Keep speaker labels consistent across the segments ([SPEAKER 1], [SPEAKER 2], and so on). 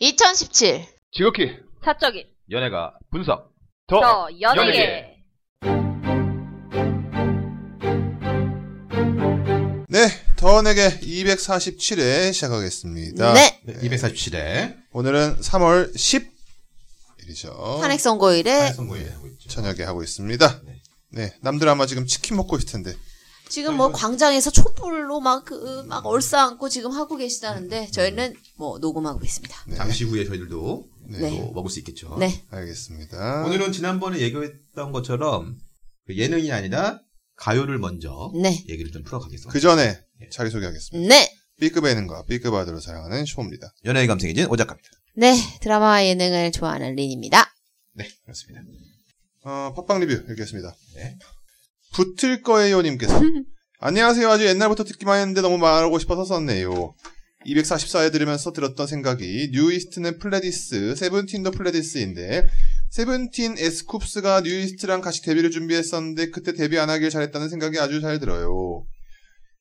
[SPEAKER 1] 2017
[SPEAKER 2] 지극히
[SPEAKER 3] 사적인
[SPEAKER 2] 연예가 분석
[SPEAKER 3] 더 어, 연예계
[SPEAKER 2] 연예계.
[SPEAKER 4] 네, 더원에게 247회 시작하겠습니다.
[SPEAKER 1] 네
[SPEAKER 5] 247회
[SPEAKER 4] 오늘은 3월 10일이죠.
[SPEAKER 1] 탄핵 선거일에
[SPEAKER 5] 선고에 하고 있죠.
[SPEAKER 4] 저녁에 하고 있습니다.
[SPEAKER 5] 네.
[SPEAKER 4] 네, 남들 아마 지금 치킨 먹고 있을 텐데.
[SPEAKER 5] 아,
[SPEAKER 1] 지금 뭐 광장에서 촛불로 막 그- 막 얼싸안고 지금 하고 계시다는데 저희는 뭐 녹음하고 있습니다.
[SPEAKER 4] 네,
[SPEAKER 5] 잠시 후에 저희들도
[SPEAKER 1] 네.
[SPEAKER 5] 또 먹을 수 있겠죠.
[SPEAKER 1] 네.
[SPEAKER 4] 알겠습니다.
[SPEAKER 5] 오늘은 지난번에 예고했던 것처럼 그 예능이 아니라 가요를 먼저
[SPEAKER 1] 네.
[SPEAKER 5] 얘기를 좀 풀어가겠습니다.
[SPEAKER 4] 그 전에
[SPEAKER 5] 네.
[SPEAKER 4] 자기소개하겠습니다.
[SPEAKER 1] 네.
[SPEAKER 4] B급 예능과 B급 아들을 사랑하는 쇼입니다.
[SPEAKER 5] 연예인 감성이진 오작갑니다.
[SPEAKER 1] 네. 드라마 예능을 좋아하는 린입니다.
[SPEAKER 5] 네, 그렇습니다.
[SPEAKER 4] 어, 팟빵 리뷰 읽겠습니다.
[SPEAKER 5] 네.
[SPEAKER 4] 붙을 거예요님께서 안녕하세요. 아주 옛날부터 듣기만 했는데 너무 말하고 싶어서 썼네요. 244회 들으면서 들었던 생각이 뉴이스트는 플레디스, 세븐틴도 플레디스인데 세븐틴 에스쿱스가 뉴이스트랑 같이 데뷔를 준비했었는데 그때 데뷔 안 하길 잘했다는 생각이 아주 잘 들어요.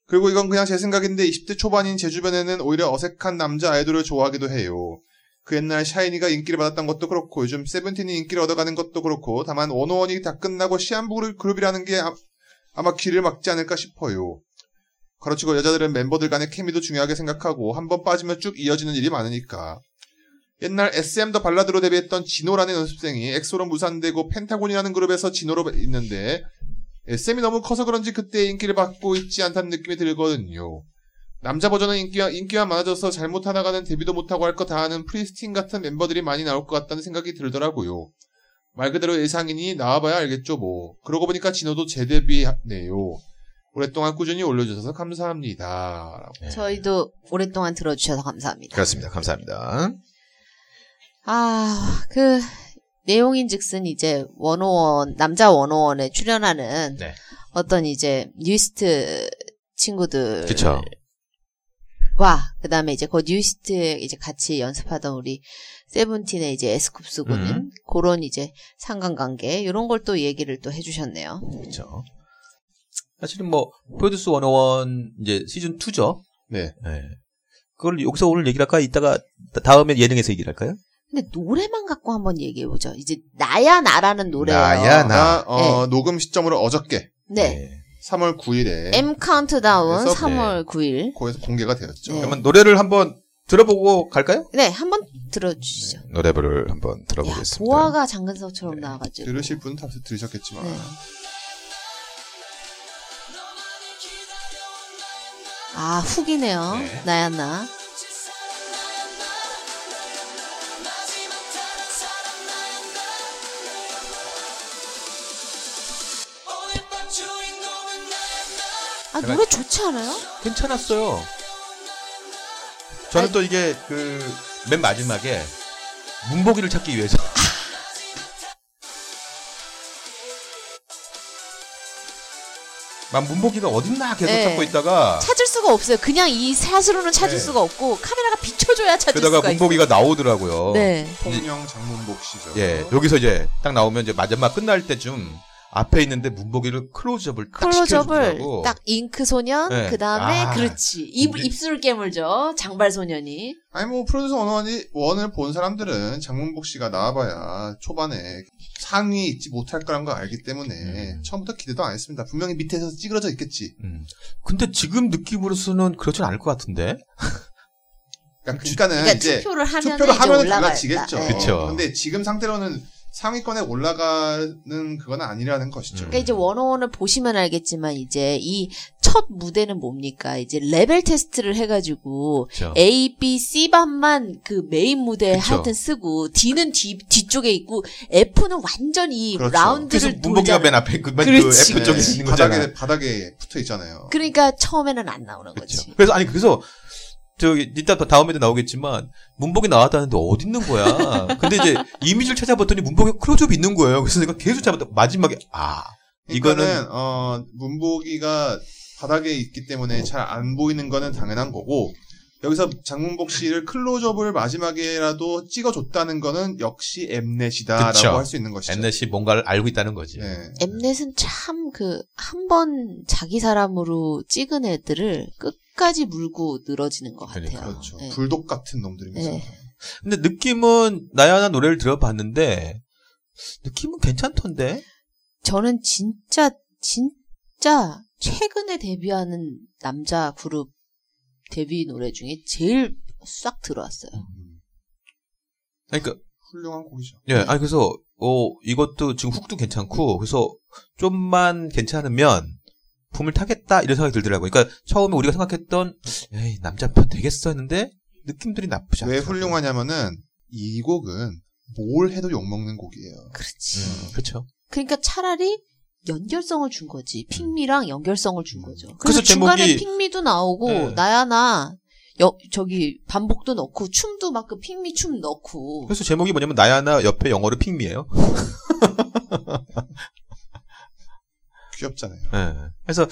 [SPEAKER 4] 그리고 이건 그냥 제 생각인데 20대 초반인 제 주변에는 오히려 어색한 남자 아이돌을 좋아하기도 해요. 그 옛날 샤이니가 인기를 받았던 것도 그렇고 요즘 세븐틴이 인기를 얻어가는 것도 그렇고 다만 원오원이 다 끝나고 시한부 그룹- 그룹이라는 게 아, 마 길을 막지 않을까 싶어요. 가로치고 여자들은 멤버들 간의 케미도 중요하게 생각하고 한 번 빠지면 쭉 이어지는 일이 많으니까. 옛날 SM 더 발라드로 데뷔했던 진호라는 연습생이 엑소로 무산되고 펜타곤이라는 그룹에서 진호로 있는데 SM이 너무 커서 그런지 그때 인기를 받고 있지 않다는 느낌이 들거든요. 남자 버전은 인기가, 인기가 많아져서 잘못 하나 가는 데뷔도 못하고 할 거 다 하는 프리스틴 같은 멤버들이 많이 나올 것 같다는 생각이 들더라고요. 말 그대로 예상이니 나와봐야 알겠죠 뭐. 그러고 보니까 진호도 재데뷔네요. 오랫동안 꾸준히 올려주셔서 감사합니다. 라고.
[SPEAKER 1] 저희도 오랫동안 들어주셔서 감사합니다.
[SPEAKER 5] 네. 그렇습니다. 감사합니다.
[SPEAKER 1] 아, 그 내용인 즉슨 이제 원오원 남자 원오원에 출연하는
[SPEAKER 5] 네.
[SPEAKER 1] 어떤 이제 뉴이스트 친구들
[SPEAKER 5] 그쵸.
[SPEAKER 1] 와 그다음에 이제 그 뉴이스트에 이제 같이 연습하던 우리 세븐틴의 이제 에스쿱스고는
[SPEAKER 5] 음.
[SPEAKER 1] 그런 이제 상관관계 이런 걸 또 얘기를 또 해주셨네요.
[SPEAKER 5] 그렇죠. 사실은 뭐 프로듀스 101 이제 시즌 2죠.
[SPEAKER 4] 네.
[SPEAKER 5] 그걸 여기서 오늘 얘기를 할까요? 이따가 다- 다음에 예능에서 얘기를 할까요?
[SPEAKER 1] 근데 노래만 갖고 한번 얘기해 보죠. 이제 나야 나라는 노래예요.
[SPEAKER 5] 나야 나.
[SPEAKER 4] 나 어, 녹음 시점으로 어저께
[SPEAKER 1] 네.
[SPEAKER 4] 3월 9일에
[SPEAKER 1] M 카운트다운
[SPEAKER 4] 네. 그래서-
[SPEAKER 1] 3월 9일.
[SPEAKER 4] 거에서 공개가 되었죠.
[SPEAKER 1] 네.
[SPEAKER 5] 그러면 노래를 한번 들어보고 갈까요?
[SPEAKER 1] 네, 한번 들어주시죠.
[SPEAKER 5] 노래를 한번
[SPEAKER 1] 야, 보아가 장근석처럼 나와가지고.
[SPEAKER 4] 들으실 분은 다 들으셨겠지만
[SPEAKER 1] 네. 아, 훅이네요. 나야나. 아, 노래 좋지 않아요?
[SPEAKER 5] 괜찮았어요. 저는 또 이게 그 맨 마지막에 문보기를 찾기 위해서 난 문보기가 어딨나 계속
[SPEAKER 1] 네.
[SPEAKER 5] 찾고 있다가
[SPEAKER 1] 찾을 수가 없어요. 그냥 이 사실로는 찾을
[SPEAKER 5] 아. 네.
[SPEAKER 1] 수가 없고, 카메라가 비춰줘야 찾을
[SPEAKER 5] 그러다가
[SPEAKER 1] 수가 있어요.
[SPEAKER 5] 문보기가 나오더라고요.
[SPEAKER 1] 네.
[SPEAKER 4] 홍영 장문복 씨죠.
[SPEAKER 5] 예, 여기서 이제 딱 나오면 이제 마지막 끝날 때쯤 앞에 있는데 문보기를 클로즈업을 딱
[SPEAKER 1] 클로즈업을
[SPEAKER 5] 시켜주더라고.
[SPEAKER 1] 딱 잉크 소년
[SPEAKER 5] 네.
[SPEAKER 1] 그 다음에
[SPEAKER 5] 아,
[SPEAKER 1] 그렇지 입
[SPEAKER 5] 근데-
[SPEAKER 1] 입술 깨물죠 장발 소년이
[SPEAKER 4] 아니 뭐 프로듀서 원원이 원을 본 사람들은 장문복 씨가 나와봐야 초반에 상위 있지 못할 거란 걸 알기 때문에
[SPEAKER 5] 음.
[SPEAKER 4] 처음부터 기대도 안 했습니다. 분명히 밑에서 찌그러져 있겠지.
[SPEAKER 5] 음. 근데 지금 느낌으로서는 그렇진 않을 것 같은데.
[SPEAKER 4] 그러니까 그러니까는
[SPEAKER 1] 그러니까
[SPEAKER 4] 이제
[SPEAKER 1] 투표를 하면
[SPEAKER 4] 투표를 하면
[SPEAKER 1] 올라가야
[SPEAKER 4] 달라지겠죠.
[SPEAKER 1] 된다. 네.
[SPEAKER 5] 그쵸.
[SPEAKER 4] 근데 지금 상태로는 상위권에 올라가는 그건 아니라는 것이죠.
[SPEAKER 5] 음.
[SPEAKER 1] 그러니까 이제 원어원을 보시면 알겠지만 이제 이 첫 무대는 뭡니까 이제 레벨 테스트를 해가지고
[SPEAKER 5] 그렇죠.
[SPEAKER 1] A, B, C 반만 그 메인 무대에
[SPEAKER 5] 그쵸.
[SPEAKER 1] 하여튼 쓰고 D는 뒤 뒤쪽에 있고 F는 완전히
[SPEAKER 4] 그렇죠.
[SPEAKER 5] 그래서
[SPEAKER 1] 라운드를
[SPEAKER 5] 문보기가
[SPEAKER 1] 돌잖아요.
[SPEAKER 5] 맨 앞에 그, 맨
[SPEAKER 1] 그렇지.
[SPEAKER 5] 그 F 쪽에
[SPEAKER 4] 네,
[SPEAKER 5] 있는 거잖아.
[SPEAKER 4] 바닥에 바닥에 붙어 있잖아요.
[SPEAKER 1] 그러니까 처음에는 안 나오는 거지.
[SPEAKER 5] 그렇죠. 그래서 아니 그래서 저기 이따 또 다음에도 나오겠지만 문복이 나왔다는데 어디 있는 거야? 근데 이제 이미지를 찾아봤더니 문복이 클로즈업이 있는 거예요. 그래서 내가 계속 잡았다 마지막에 아
[SPEAKER 4] 이거는
[SPEAKER 5] 이거는-
[SPEAKER 4] 어, 문복이가 바닥에 있기 때문에 잘 안 보이는 거는 당연한 거고 여기서 장문복 씨를 클로즈업을 마지막에라도 찍어줬다는 거는 역시 엠넷이다라고
[SPEAKER 5] 그쵸.
[SPEAKER 4] 할 수 있는 것이죠.
[SPEAKER 5] 엠넷이 뭔가를 알고 있다는 거지.
[SPEAKER 4] 네.
[SPEAKER 1] 엠넷은 참 그 한 번 자기 사람으로 찍은 애들을 끝까지 물고 늘어지는 것 같아요.
[SPEAKER 5] 그러니까.
[SPEAKER 4] 그렇죠.
[SPEAKER 1] 네.
[SPEAKER 4] 불독 같은 놈들입니다.
[SPEAKER 1] 네.
[SPEAKER 5] 근데 느낌은 나야나 노래를 들어봤는데 느낌은 괜찮던데.
[SPEAKER 1] 저는 진짜 진짜 최근에 데뷔하는 남자 그룹 데뷔 노래 중에 제일 싹 들어왔어요.
[SPEAKER 4] 음,
[SPEAKER 5] 아니, 그러니까
[SPEAKER 4] 훌륭한 곡이죠.
[SPEAKER 5] 예, 아니 그래서 어 이것도 지금 훅도 괜찮고 그래서 좀만 괜찮으면 붐을 타겠다 이런 생각이 들더라고요. 그러니까 처음에 우리가 생각했던 에이 남자 편 되겠어 했는데 느낌들이 나쁘지 않아.
[SPEAKER 4] 왜 훌륭하냐면은 이 곡은 뭘 해도 욕먹는 곡이에요.
[SPEAKER 1] 그렇지.
[SPEAKER 5] 그렇죠.
[SPEAKER 1] 그러니까 차라리 연결성을 준 거지. 핑미랑 연결성을 준 거죠.
[SPEAKER 5] 음. 그래서
[SPEAKER 1] 그래서, 중간에
[SPEAKER 5] 제목이-
[SPEAKER 1] 핑미도 나오고
[SPEAKER 5] 네.
[SPEAKER 1] 나야나 여- 저기 반복도 넣고 춤도 막 그 핑미 춤 넣고
[SPEAKER 5] 그래서 제목이 뭐냐면 나야나 옆에 영어로 핑미예요.
[SPEAKER 4] 귀엽잖아요.
[SPEAKER 5] 예. 그래서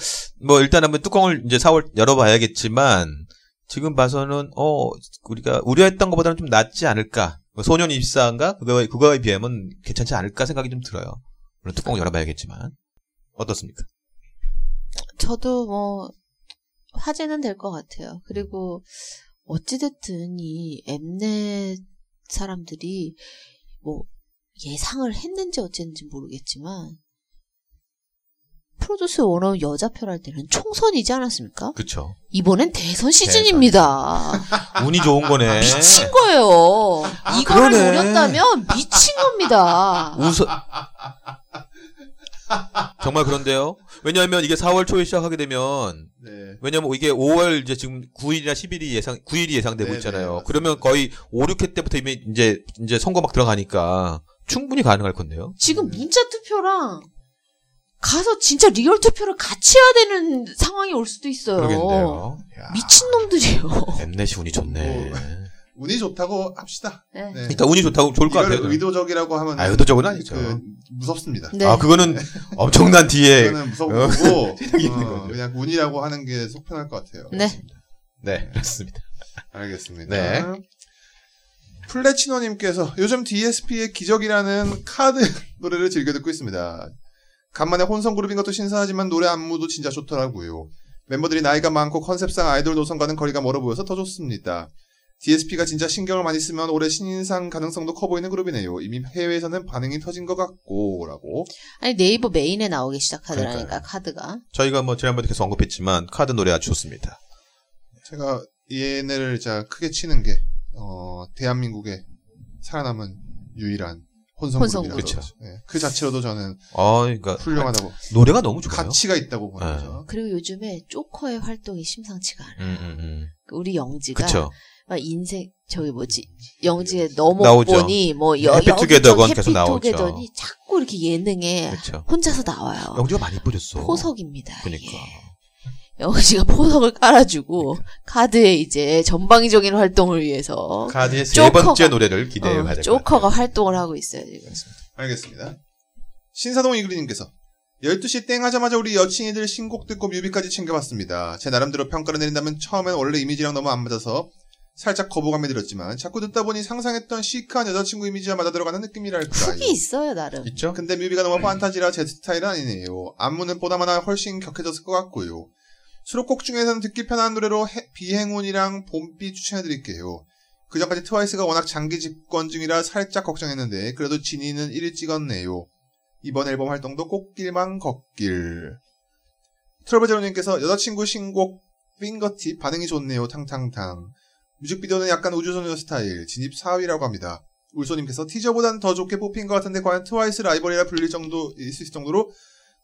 [SPEAKER 5] 뭐 일단 한번 뚜껑을 이제 4월 열어봐야겠지만 지금 봐서는 어 우리가 우려했던 것보다는 좀 낫지 않을까. 뭐 소년 입사인가 그거에 그거에 비하면 괜찮지 않을까 생각이 좀 들어요. 물론 뚜껑을 열어봐야겠지만 어떻습니까?
[SPEAKER 1] 저도 뭐 화제는 될 것 같아요. 그리고 어찌됐든 이 엠넷 사람들이 뭐 예상을 했는지 어쨌는지 모르겠지만 프로듀스 원어 여자편 할 때는 총선이지 않았습니까?
[SPEAKER 5] 그렇죠.
[SPEAKER 1] 이번엔 대선 시즌입니다.
[SPEAKER 5] 운이 좋은 거네.
[SPEAKER 1] 미친 거예요. 이거를
[SPEAKER 5] 아, 그러네.
[SPEAKER 1] 노렸다면 미친 겁니다.
[SPEAKER 5] 웃어. 정말 그런데요. 왜냐하면 이게 4월 초에 시작하게 되면
[SPEAKER 4] 네.
[SPEAKER 5] 왜냐면 이게 5월 이제 지금 9일이나 10일이 예상 9일이 예상되고
[SPEAKER 4] 네네,
[SPEAKER 5] 있잖아요.
[SPEAKER 4] 맞습니다.
[SPEAKER 5] 그러면 거의 5, 6회 때부터 이미 이제 이제 선거 막 들어가니까 충분히 가능할 건데요.
[SPEAKER 1] 지금 문자 투표랑 가서 진짜 리얼 투표를 같이 해야 되는 상황이 올 수도 있어요.
[SPEAKER 5] 그러겠네요.
[SPEAKER 4] 야,
[SPEAKER 1] 미친 놈들이요.
[SPEAKER 5] 엠넷이 운이 좋네.
[SPEAKER 4] 뭐. 운이 좋다고 합시다.
[SPEAKER 1] 네.
[SPEAKER 4] 네.
[SPEAKER 5] 그러니까 운이 좋다고 좋을 것
[SPEAKER 4] 이걸
[SPEAKER 5] 같아요.
[SPEAKER 4] 의도적이라고 하면
[SPEAKER 5] 아, 의도적은 아니죠.
[SPEAKER 4] 그, 무섭습니다.
[SPEAKER 1] 네.
[SPEAKER 5] 아 그거는 엄청난 뒤에
[SPEAKER 4] 그거는 무서운 거고
[SPEAKER 5] 세상에 네. 어. 있는
[SPEAKER 4] 어,
[SPEAKER 5] 거죠.
[SPEAKER 4] 그냥 운이라고 하는 게 속편할 것 같아요.
[SPEAKER 1] 네.
[SPEAKER 5] 네 그렇습니다.
[SPEAKER 4] 알겠습니다.
[SPEAKER 5] 네.
[SPEAKER 4] 플래치노님께서 요즘 DSP의 기적이라는 카드 노래를 즐겨 듣고 있습니다. 간만에 혼성 그룹인 것도 신선하지만 노래 안무도 진짜 좋더라고요. 멤버들이 나이가 많고 컨셉상 아이돌 노선과는 거리가 멀어 보여서 더 좋습니다. DSP가 진짜 신경을 많이 쓰면 올해 신인상 가능성도 커 보이는 그룹이네요. 이미 해외에서는 반응이 터진 것 같고라고.
[SPEAKER 1] 아니 네이버 메인에 나오기 시작하더라니까
[SPEAKER 5] 그러니까요.
[SPEAKER 1] 카드가.
[SPEAKER 5] 저희가 뭐 지난번에 계속 언급했지만 카드 노래 아주 좋습니다.
[SPEAKER 4] 제가 얘네를 자 크게 치는 게 어, 대한민국의 살아남은 유일한 혼성
[SPEAKER 1] 혼성
[SPEAKER 4] 그룹이라고
[SPEAKER 5] 그룹.
[SPEAKER 4] 그러죠. 예, 그 자체로도 저는
[SPEAKER 5] 아 그러니까
[SPEAKER 4] 훌륭하다고
[SPEAKER 5] 노래가 너무 좋아요.
[SPEAKER 4] 가치가 있다고 보는
[SPEAKER 5] 네.
[SPEAKER 4] 거죠.
[SPEAKER 1] 그리고 요즘에 조커의 활동이 심상치가 않아. 요
[SPEAKER 5] 음, 음, 음.
[SPEAKER 1] 우리 영지가
[SPEAKER 5] 그쵸.
[SPEAKER 1] 막 인생 저기 뭐지 영지에 넘어
[SPEAKER 5] 나오죠. 네.
[SPEAKER 1] 보니 뭐 여-
[SPEAKER 5] 해피 투게더건
[SPEAKER 1] 여기저기
[SPEAKER 5] 계속
[SPEAKER 1] 해피
[SPEAKER 5] 나오죠.
[SPEAKER 1] 투게더니 자꾸 이렇게 예능에
[SPEAKER 5] 그렇죠.
[SPEAKER 1] 혼자서 나와요.
[SPEAKER 5] 영주가 많이 이뻐졌어.
[SPEAKER 1] 포석입니다.
[SPEAKER 5] 그러니까.
[SPEAKER 1] 이게. 영지가 포석을 깔아주고 카드에 이제 전방위적인 활동을 위해서
[SPEAKER 5] 카드의 세
[SPEAKER 1] 어, 조커가-
[SPEAKER 5] 번째 노래를 기대해
[SPEAKER 1] 어,
[SPEAKER 5] 봐야 될것
[SPEAKER 1] 조커가
[SPEAKER 5] 같아요.
[SPEAKER 1] 활동을 하고 있어요 지금.
[SPEAKER 5] 네.
[SPEAKER 4] 알겠습니다. 신사동 이그리님께서 12시 땡 하자마자 우리 여친이들 신곡 듣고 뮤비까지 챙겨봤습니다. 제 나름대로 평가를 내린다면 처음엔 원래 이미지랑 너무 안 맞아서 살짝 거부감이 들었지만 자꾸 듣다 보니 상상했던 시크한 여자친구 이미지와 맞아 들어가는 느낌이랄까.
[SPEAKER 1] 훅이 있어요 나름.
[SPEAKER 5] 있죠?
[SPEAKER 4] 근데 뮤비가 너무 판타지라 제 스타일은 아니네요. 안무는 보다마나 훨씬 격해졌을 것 같고요. 수록곡 중에서는 듣기 편한 노래로 해- 비행운이랑 봄비 추천해드릴게요. 그 전까지 트와이스가 워낙 장기 집권 중이라 살짝 걱정했는데 그래도 진이는 1위 찍었네요. 이번 앨범 활동도 꽃길만 걷길. 트러블제로님께서 여자친구 신곡 핑거팁 반응이 좋네요. 탕탕탕. 뮤직비디오는 약간 우주소녀 스타일, 진입 4위라고 합니다. 울소님께서 티저보다는 더 좋게 뽑힌 것 같은데 과연 트와이스 라이벌이라 불릴 정도 있을 정도로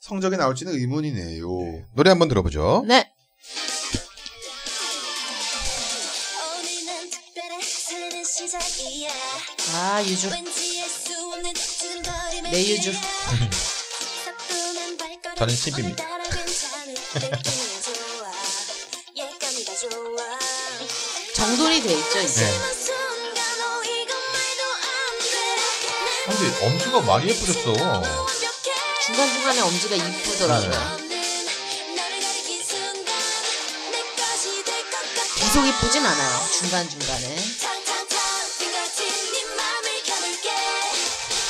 [SPEAKER 4] 성적이 나올지는 의문이네요.
[SPEAKER 5] 노래 한번 들어보죠.
[SPEAKER 1] 네.
[SPEAKER 2] 오늘은 특별해 새로운 시작이야
[SPEAKER 1] 아 유주.
[SPEAKER 2] 왠지 알수 없는 짙은 거림의
[SPEAKER 1] 내 유주.
[SPEAKER 2] 기억. 따끔한 발걸음
[SPEAKER 5] 저는 칩입니다.
[SPEAKER 2] 오늘따라 괜찮은 느낌이 좋아 예감이 다 좋아
[SPEAKER 1] 정돈이 돼 있죠 이제.
[SPEAKER 5] 네.
[SPEAKER 2] 어느 순간 오 이건 말도 안 돼.
[SPEAKER 5] 근데 엄지가 많이 예뻐졌어.
[SPEAKER 2] 완벽해
[SPEAKER 1] 중간 중간에 엄지가 이쁘더라고요.
[SPEAKER 5] 네.
[SPEAKER 2] 없는 나를 가리킨 순간 내 것이 될 것 같아
[SPEAKER 1] 계속 이쁘진 않아요. 중간 중간에.
[SPEAKER 2] 탕탕탕 빙같이 네 맘을 가둘게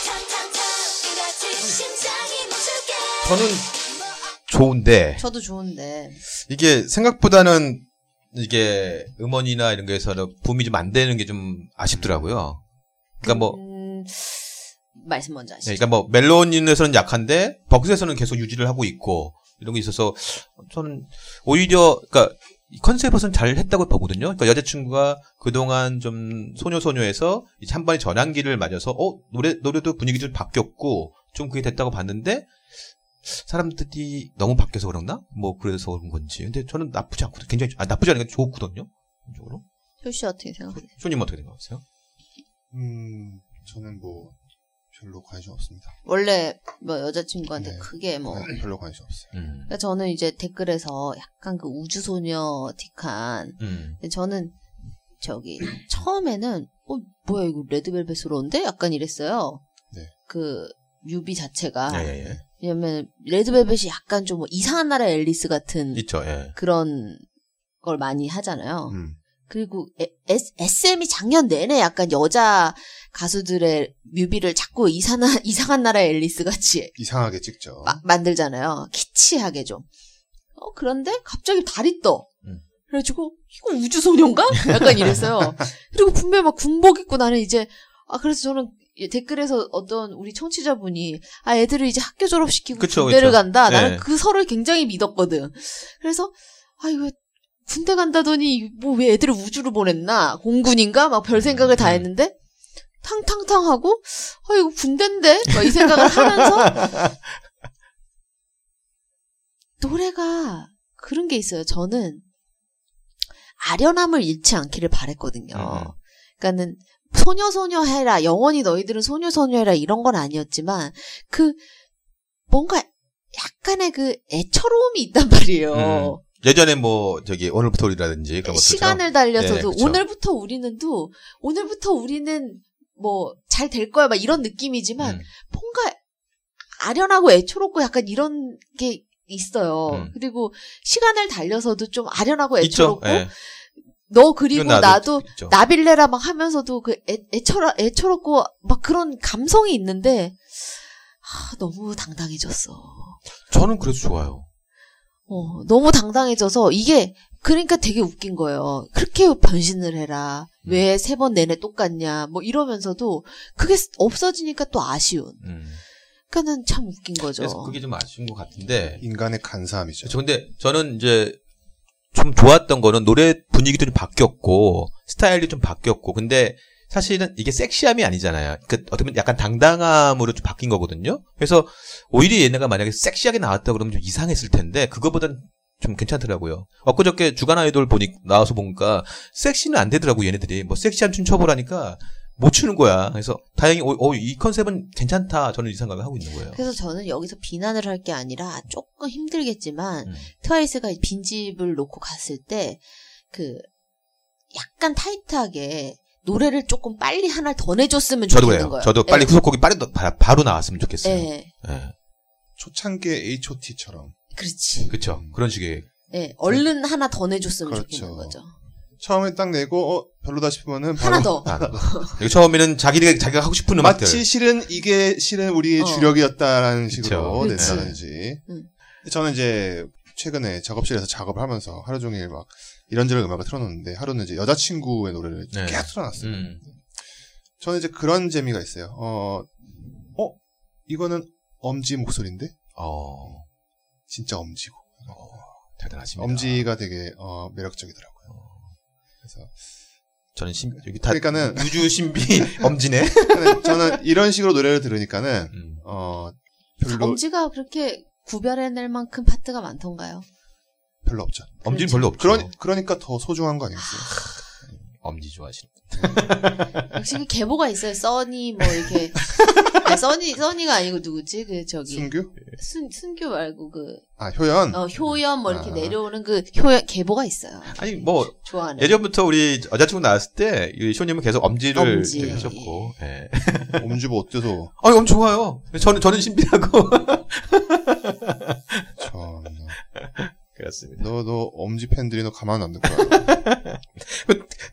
[SPEAKER 2] 탕탕탕 빙같이 심장이 멈출게
[SPEAKER 5] 저는 좋은데
[SPEAKER 1] 저도 좋은데
[SPEAKER 5] 이게 생각보다는 이게 음원이나 이런 거에서는 붐이 좀 안 되는 게 좀 아쉽더라고요. 그러니까 뭐
[SPEAKER 1] 음, 말씀 먼저
[SPEAKER 5] 네,
[SPEAKER 1] 하시죠.
[SPEAKER 5] 그러니까 뭐 멜론에서는 약한데 벅스에서는 계속 유지를 하고 있고 이런 게 있어서 저는 오히려 그러니까 이 컨셉은 잘 했다고 보거든요. 그러니까 여자친구가 그동안 좀 소녀소녀에서 이제 한 번의 전환기를 맞아서 어 노래 노래도 분위기 좀 바뀌었고 좀 그게 됐다고 봤는데 사람들이 너무 바뀌어서 그런가? 뭐 그래서 그런 건지. 근데 저는 나쁘지 않고 굉장히 아 나쁘지 않은 게 좋거든요. 쪽으로
[SPEAKER 1] 효씨 어떻게 생각하세요?
[SPEAKER 5] 쇼님 어떻게 생각하세요?
[SPEAKER 4] 음, 저는 뭐 별로 관심 없습니다.
[SPEAKER 1] 원래 뭐 여자친구한테
[SPEAKER 4] 네.
[SPEAKER 1] 크게 뭐
[SPEAKER 4] 네, 별로 관심 없어요.
[SPEAKER 5] 음.
[SPEAKER 1] 그러니까 저는 이제 댓글에서 약간 그 우주소녀틱한
[SPEAKER 5] 음.
[SPEAKER 1] 근데 저는 저기 처음에는 어 뭐야 이거 레드벨벳으로인데 약간 이랬어요.
[SPEAKER 4] 네.
[SPEAKER 1] 그 뮤비 자체가
[SPEAKER 5] 예, 예, 예.
[SPEAKER 1] 왜냐면 레드벨벳이 약간 좀뭐 이상한 나라 의 앨리스 같은
[SPEAKER 5] 있죠. 예.
[SPEAKER 1] 그런 걸 많이 하잖아요.
[SPEAKER 4] 음.
[SPEAKER 1] 그리고 에- S, SM이 작년 내내 약간 여자 가수들의 뮤비를 자꾸 이상한 이상한 나라의 앨리스 같이
[SPEAKER 4] 이상하게 찍죠.
[SPEAKER 1] 마- 만들잖아요. 키치하게 좀. 어, 그런데 갑자기 달이 떠.
[SPEAKER 5] 음.
[SPEAKER 1] 그래가지고, 이거 우주소녀인가? 약간 이랬어요. 그리고 분명히 막 군복 입고 나는 이제, 아, 그래서 저는 이 댓글에서 어떤 우리 청취자분이, 아, 애들을 이제 학교 졸업시키고
[SPEAKER 5] 그쵸,
[SPEAKER 1] 군대를
[SPEAKER 5] 그쵸.
[SPEAKER 1] 간다. 나는
[SPEAKER 5] 네.
[SPEAKER 1] 그 설을 굉장히 믿었거든. 그래서, 아, 이거 군대 간다더니, 뭐 왜 애들을 우주로 보냈나? 공군인가? 막 별 생각을 다
[SPEAKER 5] 음.
[SPEAKER 1] 했는데, 탕탕탕 하고, 아, 이거 군대인데? 막 이 생각을 하면서, 노래가 그런 게 있어요. 저는 아련함을 잃지 않기를 바랬거든요.
[SPEAKER 5] 음.
[SPEAKER 1] 그러니까는 소녀소녀 해라 영원히 너희들은 소녀소녀 해라 이런 건 아니었지만 그 뭔가 약간의 그 애처로움이 있단 말이에요.
[SPEAKER 5] 예전에 뭐 저기 오늘부터 우리라든지 음, 그런 것들처럼
[SPEAKER 1] 시간을 달려서도
[SPEAKER 5] 네, 그쵸.
[SPEAKER 1] 오늘부터 우리는도 오늘부터 우리는 뭐 잘 될 거야 막 이런 느낌이지만
[SPEAKER 5] 음,
[SPEAKER 1] 뭔가 아련하고 애초롭고 약간 이런 게 있어요.
[SPEAKER 5] 음.
[SPEAKER 1] 그리고 시간을 달려서도 좀 아련하고
[SPEAKER 5] 있죠.
[SPEAKER 1] 애초롭고
[SPEAKER 5] 예.
[SPEAKER 1] 너 그리고
[SPEAKER 5] 이건
[SPEAKER 1] 나도,
[SPEAKER 5] 있죠.
[SPEAKER 1] 나빌레라 막 하면서 그 애, 애처라, 애초롭고 막 그런 감성이 있는데 아, 너무 당당해졌어.
[SPEAKER 5] 저는 그래서 좋아요.
[SPEAKER 1] 어, 너무 당당해져서 이게 그러니까 되게 웃긴 거예요. 그렇게 변신을 해라.
[SPEAKER 5] 음.
[SPEAKER 1] 왜 세 번 내내 똑같냐. 뭐 이러면서도 그게 없어지니까 또 아쉬운.
[SPEAKER 5] 음.
[SPEAKER 1] 그러니까는 참 웃긴 거죠.
[SPEAKER 5] 그래서 그게 좀 아쉬운 것 같은데.
[SPEAKER 4] 인간의 간사함이죠.
[SPEAKER 5] 저 근데 저는 이제 좀 좋았던 거는 노래 분위기도 좀 바뀌었고 스타일도 좀 바뀌었고 근데 사실은 이게 섹시함이 아니잖아요. 그 어떻게 보면 약간 당당함으로 좀 바뀐 거거든요. 그래서 오히려 얘네가 만약에 섹시하게 나왔다 그러면 좀 이상했을 텐데 그거보단 좀 괜찮더라고요. 엊그저께 주간 아이돌 보니 나와서 보니까 섹시는 안 되더라고 얘네들이 뭐 섹시한 춤 춰보라니까 못 추는 거야. 그래서 다행히 어, 어, 이 컨셉은 괜찮다. 저는 이 생각을 하고 있는 거예요.
[SPEAKER 1] 그래서 저는 여기서 비난을 할 게 아니라 조금 힘들겠지만
[SPEAKER 5] 음.
[SPEAKER 1] 트와이스가 빈집을 놓고 갔을 때 그 약간 타이트하게 노래를 조금 빨리 하나 더 내줬으면
[SPEAKER 5] 저도
[SPEAKER 1] 좋겠는
[SPEAKER 5] 그래요.
[SPEAKER 1] 음, 거예요.
[SPEAKER 5] 저도 빨리
[SPEAKER 1] 예,
[SPEAKER 5] 후속곡이 빠르, 바- 바로 나왔으면 좋겠어요.
[SPEAKER 1] 예,
[SPEAKER 5] 예.
[SPEAKER 4] 초창기의 H.O.T.처럼
[SPEAKER 1] 그렇지.
[SPEAKER 5] 그렇죠. 그런 식의
[SPEAKER 1] 예, 얼른 하나 더 내줬으면
[SPEAKER 4] 그렇죠.
[SPEAKER 1] 좋겠는 거죠.
[SPEAKER 5] 뭐
[SPEAKER 4] 처음에 딱 내고 어 별로다 싶으면은 바로
[SPEAKER 1] 하나 더.
[SPEAKER 5] 반. 이게 처음에는 자기가 자기가 하고 싶은 음악들.
[SPEAKER 4] 마치 실은 이게 실은 우리의
[SPEAKER 1] 어. 음.
[SPEAKER 4] 주력이었다라는 식으로
[SPEAKER 1] 그쵸. 그치.
[SPEAKER 4] 낸다든지.
[SPEAKER 1] 응.
[SPEAKER 4] 저는 이제 최근에 작업실에서 작업을 하면서 하루 종일 막 이런저런 음악을 틀어놓는데 하루는 이제 여자친구의 노래를
[SPEAKER 5] 네.
[SPEAKER 4] 계속 틀어놨어요.
[SPEAKER 5] 음.
[SPEAKER 4] 저는 이제 그런 재미가 있어요. 어, 어 이거는 엄지 목소리인데
[SPEAKER 5] 어,
[SPEAKER 4] 진짜 엄지고
[SPEAKER 5] 대단하십니다.
[SPEAKER 4] 엄지가 되게 어, 매력적이더라고요. 그래서
[SPEAKER 5] 저는 신 여기 다
[SPEAKER 4] 그러니까는-
[SPEAKER 5] 우주 신비 엄지네.
[SPEAKER 4] 저는- 저는 이런 식으로 노래를 들으니까는
[SPEAKER 5] 음.
[SPEAKER 4] 어
[SPEAKER 5] 그
[SPEAKER 4] 별로
[SPEAKER 1] 엄지가 그렇게 구별해낼 만큼 파트가 많던가요?
[SPEAKER 4] 별로 없죠.
[SPEAKER 5] 엄지는 별로 없죠.
[SPEAKER 4] 그러, 그러니까 더 소중한 거 아니겠어요?
[SPEAKER 5] 엄지 좋아하시는.
[SPEAKER 1] 역시 그 계보가 있어요. 써니 뭐 이렇게 아, 써니 써니가 아니고 누구지? 그 저기
[SPEAKER 4] 순규?
[SPEAKER 1] 순, 순규 말고 그
[SPEAKER 4] 아
[SPEAKER 5] 음.
[SPEAKER 4] 효연.
[SPEAKER 1] 어, 효연 뭐 이렇게
[SPEAKER 4] 아.
[SPEAKER 1] 내려오는 그 효연 계보가 있어요.
[SPEAKER 5] 아니 뭐
[SPEAKER 1] 좋아하는.
[SPEAKER 5] 예전부터 우리 여자친구 나왔을 때 이 쇼님은 계속 엄지를
[SPEAKER 1] 엄지.
[SPEAKER 5] 되게 하셨고. 예.
[SPEAKER 4] 엄주보 뭐 어때서?
[SPEAKER 5] 아, 엄 좋아요. 저는 저는 신비라고.
[SPEAKER 4] 참.
[SPEAKER 5] 그렇습니다.
[SPEAKER 4] 너, 너, 엄지 팬들이 너 가만 안 둘 거야.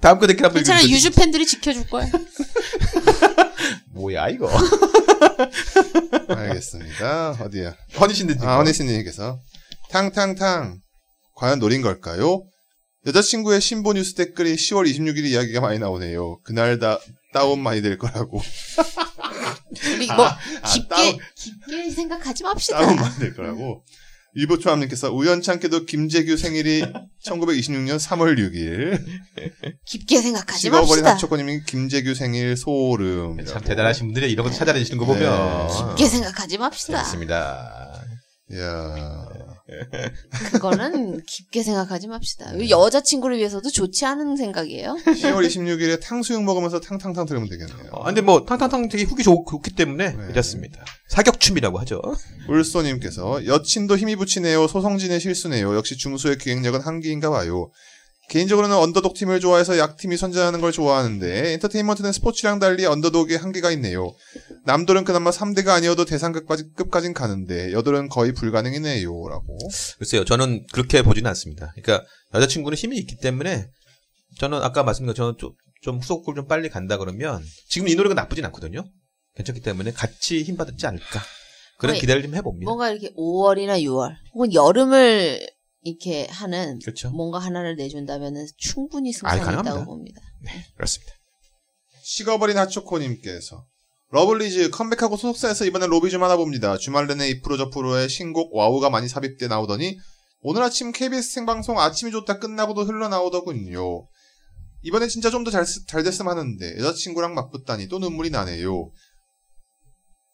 [SPEAKER 5] 다음 거 댓글 한번
[SPEAKER 1] 괜찮아
[SPEAKER 5] 읽어주세요.
[SPEAKER 1] 유주 팬들이 지켜줄 거야.
[SPEAKER 5] 뭐야 이거?
[SPEAKER 4] 알겠습니다. 어디야?
[SPEAKER 5] 허니신데
[SPEAKER 4] 아, 허니스님께서. 탕탕탕. 과연 노린 걸까요? 여자친구의 신보 뉴스 댓글이 10월 26일 이야기가 많이 나오네요. 그날 다 다운 많이 될 거라고.
[SPEAKER 1] 우리
[SPEAKER 4] 아,
[SPEAKER 1] 뭐
[SPEAKER 4] 아,
[SPEAKER 1] 깊게
[SPEAKER 4] 다운-
[SPEAKER 1] 깊게 생각하지 맙시다.
[SPEAKER 4] 다운
[SPEAKER 5] 뭐
[SPEAKER 4] 많이 될 거라고. 일보초함님께서 우연찮게도 김재규 생일이 1926년 3월 6일.
[SPEAKER 1] 깊게 생각하지
[SPEAKER 4] 식어버린
[SPEAKER 1] 맙시다.
[SPEAKER 4] 합초코님이 김재규 생일 소름.
[SPEAKER 5] 네, 참 대단하신 분들이 이런 것도 찾아내시는 거 보면.
[SPEAKER 4] 네.
[SPEAKER 1] 깊게 생각하지 맙시다.
[SPEAKER 5] 재밌습니다.
[SPEAKER 4] 이야.
[SPEAKER 1] 그거는 깊게 생각하지 맙시다.
[SPEAKER 5] 네.
[SPEAKER 1] 여자친구를 위해서도 좋지 않은 생각이에요.
[SPEAKER 4] 10월 26일에 탕수육 먹으면서 탕탕탕 들으면 되겠네요.
[SPEAKER 5] 어, 근데 뭐 탕탕탕 되게 후기 좋, 기 때문에
[SPEAKER 4] 네.
[SPEAKER 5] 이렇습니다. 사격춤이라고 하죠.
[SPEAKER 4] 울소님께서 여친도 힘이 붙이네요. 소성진의 실수네요. 역시 중수의 기획력은 한계인가 봐요. 개인적으로는 언더독 팀을 좋아해서 약팀이 선전하는 걸 좋아하는데 엔터테인먼트는 스포츠랑 달리 언더독의 한계가 있네요. 남돌은 그나마 3대가 아니어도 대상급까지 급까진 가는데 여돌은 거의 불가능이네요라고.
[SPEAKER 5] 글쎄요, 저는 그렇게 보지는 않습니다. 그러니까 여자친구는 힘이 있기 때문에 저는 아까 말씀드린 것처럼 좀, 좀 후속곡을 좀 빨리 간다 그러면 지금 이 노래가 나쁘진 않거든요. 괜찮기 때문에 같이 힘 받지 않을까. 그런
[SPEAKER 1] 거의 뭐
[SPEAKER 5] 기대를 좀 해봅니다.
[SPEAKER 1] 뭔가 이렇게 5월이나 6월 혹은 여름을 이렇게 하는
[SPEAKER 5] 그렇죠.
[SPEAKER 1] 뭔가 하나를 내준다면 충분히
[SPEAKER 5] 아,
[SPEAKER 1] 승산이
[SPEAKER 5] 가능합니다.
[SPEAKER 1] 있다고 봅니다.
[SPEAKER 5] 그렇습니다.
[SPEAKER 4] 식어버린 하초코님께서 러블리즈 컴백하고 소속사에서 이번엔 로비 좀 하나 봅니다. 주말 내내 이 프로 저 프로의 신곡 와우가 많이 삽입돼 나오더니 오늘 아침 KBS 생방송 아침이 좋다 끝나고도 흘러나오더군요. 이번에 진짜 좀 더 잘, 쓰- 잘 됐으면 하는데 여자친구랑 맞붙다니 또 눈물이 나네요.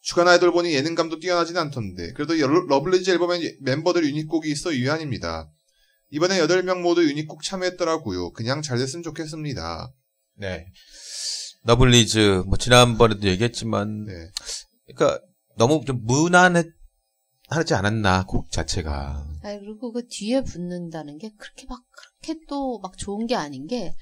[SPEAKER 4] 주간 아이돌 보니 예능감도 뛰어나진 않던데 그래도 여- 러블리즈 앨범엔 예- 멤버들 유닛곡이 있어 유한입니다. 이번에 8명 모두 유닛곡 참여했더라고요. 그냥 잘 됐으면 좋겠습니다.
[SPEAKER 5] 네. 러블리즈, 뭐, 지난번에도 얘기했지만,
[SPEAKER 4] 네.
[SPEAKER 5] 그러니까 너무 좀 무난하지 않았나, 곡 자체가.
[SPEAKER 1] 아 그리고 그 뒤에 붙는다는 게 그렇게 막 그렇게 또 막 좋은 게 아닌 게